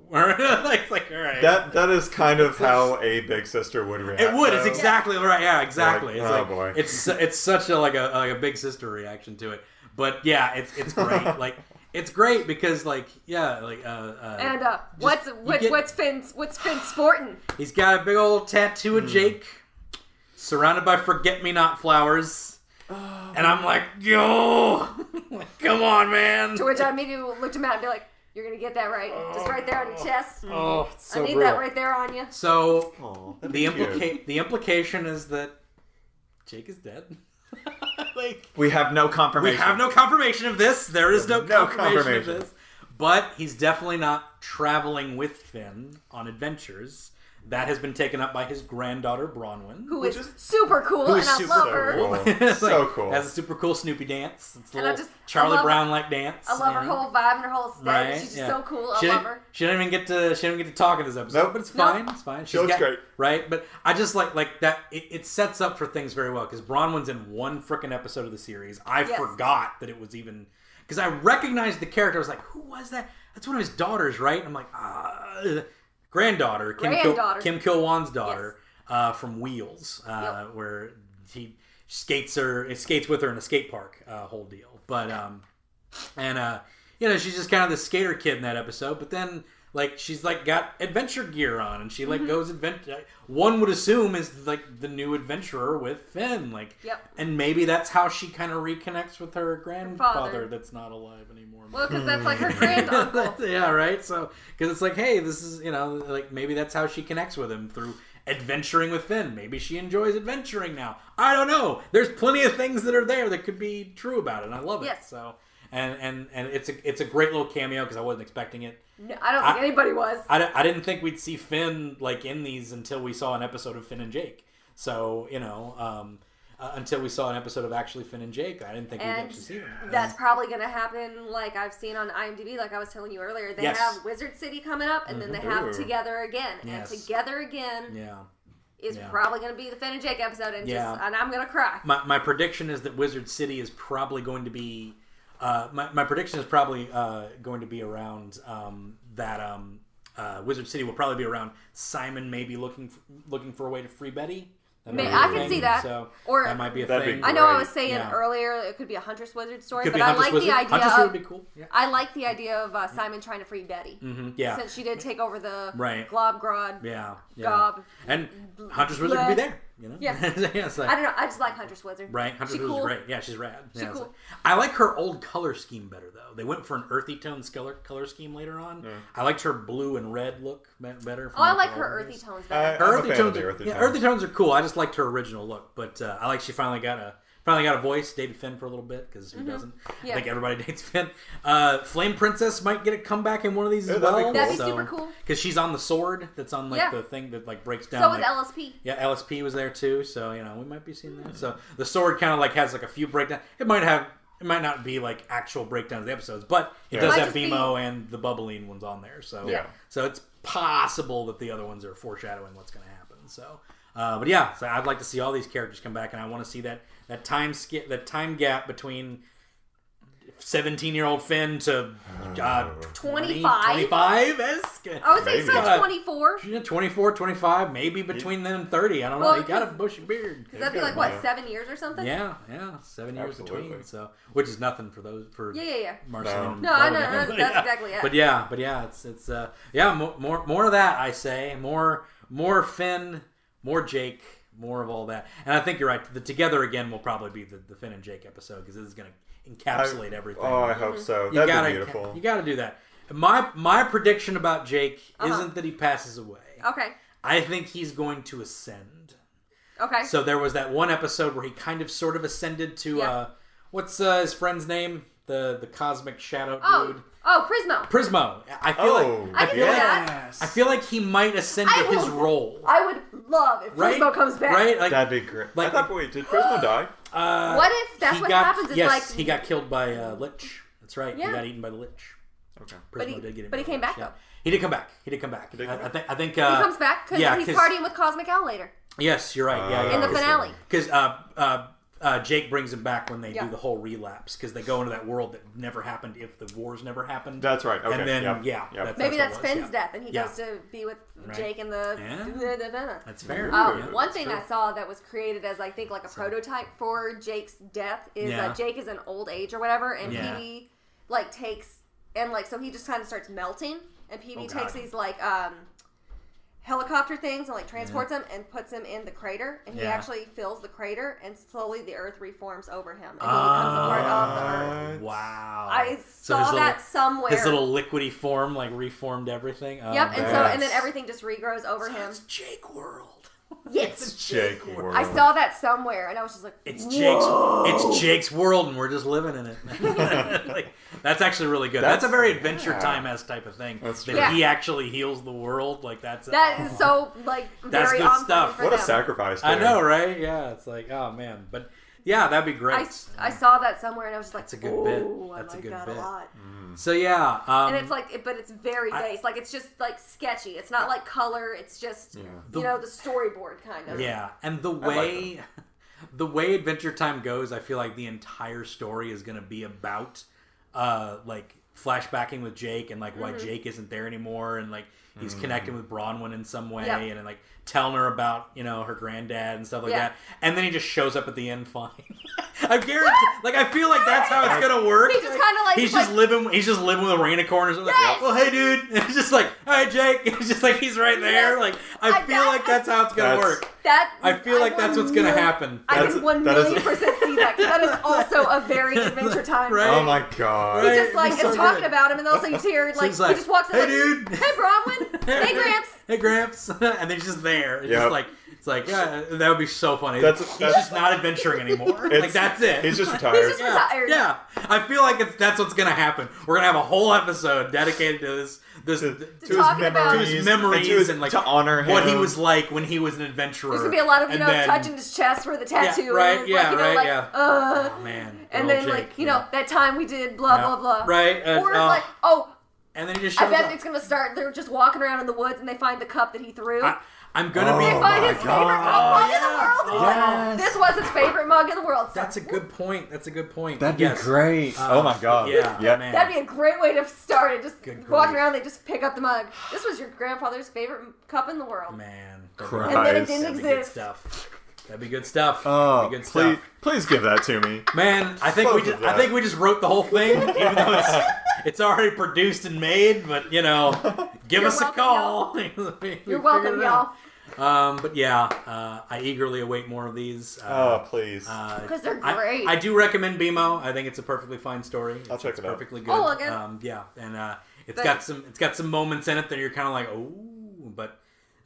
like, it's like all right.
that that is kind of how a big sister would react.
it would. It's
though.
exactly right. Yeah, exactly.
Like,
it's
oh,
like,
boy.
It's su- it's such a like a like a big sister reaction to it. But yeah, it's it's great. like it's great because like yeah like uh, uh
and uh, what's
you
what's
get-
what's Finn's what's Finn sporting?
He's got a big old tattoo
Hmm.
of Jake, surrounded by forget me not flowers.
Oh.
And I'm like, yo, come on, man.
To which I immediately looked him out and be like, "You're gonna get that right, just right there on your chest.
Oh, it's so
I need
brutal.
that right there on you."
So
Aw, that'd
the
be cute.
implica- the implication is that Jake is dead. like
We have no confirmation.
we have no confirmation of this. There is no,
No
confirmation, of
confirmation.
this. but he's definitely not traveling with Finn on adventures. That has been taken up by his granddaughter Bronwyn.
who
Which
is
is-
super cool
who
and
is
I
super
love
so
her.
cool.
It's
so
like-
cool.
Has a super cool Snoopy dance. It's a
And I
little
just- I
Charlie
love-
Brown like dance.
I love
you
her
know?
whole vibe and her whole aesthetic.
Right?
She's
yeah.
so cool.
She
I love
didn't-
her.
She didn't even get to. She didn't even get to talk in this episode.
Nope.
But it's
No.
fine. It's fine. She's
looks
got-
great.
right? But I just like like that. It, it sets up for things very well because Bronwyn's in one freaking episode of the series. I
Yes.
forgot that it was even because I recognized the character. I was like, who was that? That's one of his daughters, right? And I'm like, ah, granddaughter, Kim
Granddaughter.
Kil- Kim Kilwan's daughter uh, from Wheels, uh, where he skates her, skates with her in a skate park, uh, whole deal. But um, and uh, you know she's just kind of the skater kid in that episode. But then like she's like got adventure gear on, and she like goes advent. uh, One would assume is like the new adventurer with Finn, like.
Yep.
And maybe that's how she kind of reconnects with her grandfather that's not alive anymore.
Well, because that's like her grand uncle.
yeah, right. So because it's like, hey, this is you know, like maybe that's how she connects with him through adventuring with Finn. Maybe she enjoys adventuring now. I don't know. There's plenty of things that are there that could be true about it, and I love it.
Yes.
So and and and it's a it's a great little cameo because I wasn't expecting it.
No, I don't think
I-
anybody was.
I, di- I didn't think we'd see Finn like in these until we saw an episode of Finn and Jake. So you know. um uh, until we saw an episode of actually Finn and Jake, I didn't think we'd
And
actually see Uh-huh. them.
That's probably going to happen, like I've seen on IMDb, like I was telling you earlier. They
Yes. Uh-huh.
have Wizard City coming up, and then they have
Ooh.
Together Again.
Yes.
And Together Again
yeah.
is
Yeah.
probably going to be the Finn and Jake episode, and, just,
Yeah.
and I'm going to cry.
my, my prediction is that Wizard City is probably going to be uh, my, my prediction is probably uh, going to be around um, that um, uh, Wizard City will probably be around Simon maybe looking for, looking for a way to free Betty. That might
May-
be
I
a
can
thing.
see that.
So
Or-
that might be a
That'd be
thing.
I know I
Right.
was saying
Yeah.
earlier it could be a Huntress Wizard story,
Could
but
be
I
Hunter's
like
Wizard.
the idea
Hunter's
of
Wizard would be cool. Yeah.
I like the idea of uh, Simon trying to free Betty
Mhm. Yeah.
since she did take over the
Right.
Glob Grod.
yeah. Yeah.
Gob.
And Hunter's Wizard would be there. You know.
Yeah.
yeah it's like-
I don't know. I just like Huntress Wizard.
Right, Hunter's
She
Wizard
cool.
is great. Yeah, she's rad. yeah, it's
cool.
like- I like her old color scheme better though. They went for an earthy tone color color scheme later on. I liked her blue and red look be- better.
Oh, I like her earthy
tone.
tones
I-
better.
Her
I'm a
earthy
fan of
tones,
the
are,
earthy
yeah,
tones.
earthy tones are cool. I just liked her original look, but uh, I like she finally got a finally got a voice. Dated Finn for a little bit because who doesn't?
Mm-hmm. Yeah.
I think everybody dates Finn. Uh, Flame Princess might get a comeback in one of these
Yeah,
as
that'd be
well.
cool. That'd
be super cool.
because she's on the sword that's on like
Yeah.
the thing that like breaks down.
so
like-
is LSP.
yeah, LSP was there too, so you know we might be seeing that. So
Hmm.
the sword kind of like has like a few breakdowns. It might have, it might not be like actual breakdowns of the episodes, but it
Yeah.
does
Might
have
just be-
BMO and the bubbling ones on there. So
Yeah.
so it's possible that the other ones are foreshadowing what's going to happen. So, uh, but yeah, so I'd like to see all these characters come back, and I want to see that that time skip, that time gap between. 17 year old Finn to uh,
Hmm.
25?
25
I would say it's
Maybe.
about
Yeah.
24. Because
yeah, 24, 25, maybe between then and 30. I don't
Well,
know. You got a
'cause-
bushy beard.
that'd be
Yeah.
like, what, seven years or something?
Yeah, yeah. Seven years
Absolutely. Um,
between. So, which is nothing for those, for
Yeah, yeah, yeah.
Marceline
No.
and
No, I know,
Bowden.
that's-
But
that's
yeah.
exactly it.
But yeah, but yeah, it's, it's, uh, yeah, more, more, more of that, I say. More, more Finn, more Jake, more of all that. And I think you're right. The Together Again will probably be the, the Finn and Jake episode because this is going to encapsulate everything.
Oh, I hope so.
You
That'd
gotta,
be beautiful.
You got to do that. My, my prediction about Jake
Uh-huh.
isn't that he passes away.
Okay.
I think he's going to ascend.
Okay.
So there was that one episode where he kind of sort of ascended to
Yeah.
uh what's uh, his friend's name? The the cosmic shadow
oh,
dude.
oh, Prismo.
Prismo. I feel
Oh,
like
I can
feel
do
like
that.
I feel like he might ascend
I
to his
will-
role.
I would love if
right?
Prismo comes back.
Right? Like
That'd be great.
Like-
I thought, wait, did Prismo die?
uh,
What if that's
he
what
got-
happens? Is
yes,
like
he got killed by uh, Lich. That's right.
Yeah.
He got eaten by the Lich.
Okay.
Prismo
But he-
did get him.
but he came back,
yeah.
though.
He did come back. He did come back.
he come
I, I
back?
think I think uh,
he comes back because
yeah,
he's
'cause-
partying with Cosmic Owl later
Yes, you're right. Yeah,
Uh,
yeah.
in the
Oh, so-
finale.
because uh, uh, uh, Jake brings him back when they
Yeah.
do the whole relapse because they go into that world that never happened if the wars never happened.
That's right. Okay.
and then
yep.
yeah,
Yep.
Maybe
what it
that's
was,
Finn's
yeah.
death, and he
Yeah.
goes to be with
Right.
Jake and the.
Yeah. That's
Uh,
fair. yeah,
one
that's
thing
true.
I saw that was created as I think like a prototype for Jake's death is
Yeah.
uh, Jake is an old age or whatever, and
Yeah.
Peavy like takes and like so he just kind of starts melting, and Peavy
Oh, God. Mm-hmm.
takes these like um helicopter things and like transports him and puts him in the crater, and he
Yeah.
actually fills the crater, and slowly the Earth reforms over him, and he becomes a part of the Earth.
What?
Wow.
I
Ah. So
saw
his
that
little,
somewhere.
His little liquidy form like reformed everything. Oh,
yep, and so
man.
and then
Yes.
everything just regrows over him.
It's Jake World.
Yes.
Jake World.
I saw that somewhere and I was just like,
It's
"Whoa."
Jake's. It's Jake's world, and we're just living in it. like, that's actually really good. That's, a
That's-
very Adventure
yeah.
Time esque type of thing.
That's
that
true.
he actually heals the world. Like that's
That is so like
That's
very
good
on
stuff.
point for
What a
them.
sacrifice.
I
dude.
know, right? Yeah, it's like oh man, but yeah, that'd be
I,
great.
s- I saw that somewhere and I was just like,
That's a good bit.
Ooh, I
That's a
like
good
that
bit."
a lot.
so yeah, um,
And it's like, it, but it's very
I-
base. Like it's just like sketchy. It's not like color. It's just
The-
you know the storyboard kind of.
Yeah, and the way the way Adventure Time goes, I feel like the entire story is going to be about uh like flashbacking with Jake and like why
Mm-hmm.
Jake isn't there anymore and like he's connecting with Bronwyn in some way
Mm. Yep.
and then, like telling her about, you know, her granddad and stuff like
Yeah.
that. And then he just shows up at the end fine. I guarantee like I feel like that's how it's going to work.
He just kinda, like,
He's just
like-
living he's just living with a rain corn or something.
Yes!
Well, hey dude. it's just like, "Hi Jake." It's just like he's right there.
Yes.
Like I
I-
feel
that-
like that's how it's going to
That's-
work.
That
I feel like that's
one
what's gonna
million-
happen.
I
That's-
can one
that is-
million percent see that. 'cause That is also a very Adventure Time.
Right.
Oh my god.
Right.
Just like
It's
it's,
so
talking
good.
about him, and also you hear like,
he's
he
like,
just walks in
"Hey,
like,
dude."
hey Bronwyn, hey Gramps.
Hey, Gramps. and then he's just there. It's
Yep.
just like it's like yeah, that would be so funny.
That's-
he's
that's-
just not adventuring anymore. like
It's-
that's it.
He's just
He's
retired.
just
yeah,
retired.
yeah. I feel like it's, that's what's gonna happen. We're gonna have a whole episode dedicated to this this
to,
to
to his
talking about-
memories,
To
his memories
to his-
and like
to honor him.
what he was like when he was an adventurer.
There's gonna be a lot of you
And
know
then-
touching his chest where the tattoo
right,
is,
yeah,
like, you know,
right,
like,
yeah.
uh,
Oh, man,
and
Good
then
old
like
Jake,
you
yeah.
know that time we did blah
Yeah.
blah blah,
Right, and,
or
uh,
like oh,
and then he just shows
I bet
up.
it's gonna start. They're just walking around in the woods and they find the cup that he threw.
I, I'm gonna
Oh,
be.
they find
my
his favorite
God.
mug in the
yeah.
world. and
Yes.
Like, "Oh, this was his favorite mug in the world. So
That's a good point. That's a good point.
That'd be
yes.
great.
oh my god.
Yeah,
Yeah.
man.
That'd be a great way to start it. Just
Good
walking
grief.
around, they just pick up the mug. This was your grandfather's favorite m- cup in the world.
Man,
Christ.
And then
That'd
it didn't
That'd be good
exist.
stuff. That'd be good stuff.
Oh,
That'd be good
please,
stuff.
please give that to me.
Man, I think we
Both of
just, I
that.
think we just wrote the whole thing, even though it's it's already produced and made. But you know, give
You're
us
welcome,
a call. We- we
You're welcome,
figured it out.
y'all.
Um, but yeah, uh, I eagerly await more of these.
Oh,
Uh,
please.
uh,
Because they're
I-
great.
I, do recommend BMO. I think it's a perfectly fine story. It's,
I'll check
it's
it out.
Perfectly good.
I'll look it.
Um, yeah, and uh, it's
Oh, But-
got some it's got some moments in it that you're kind of like oh, but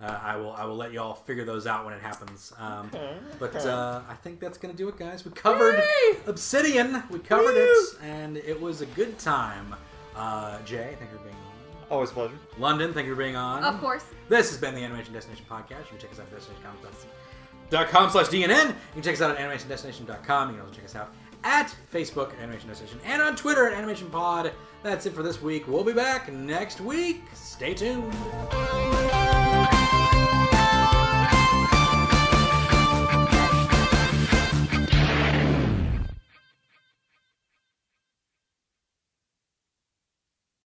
uh, I will I will let y'all figure those out when it happens. Um, But uh, I think that's gonna do it, guys. We covered Obsidian. We covered it, and it was a good time. Uh, Jay, thank you for being on.
Always a pleasure.
London, thank you for being on.
Of course.
This has been the Animation Destination Podcast. You can check us out at destinationcomics.com slash DNN. You can check us out at animationdestination.com. You can also check us out at Facebook at Animation Destination and on Twitter at Animation Pod. That's it for this week. We'll be back next week. Stay tuned.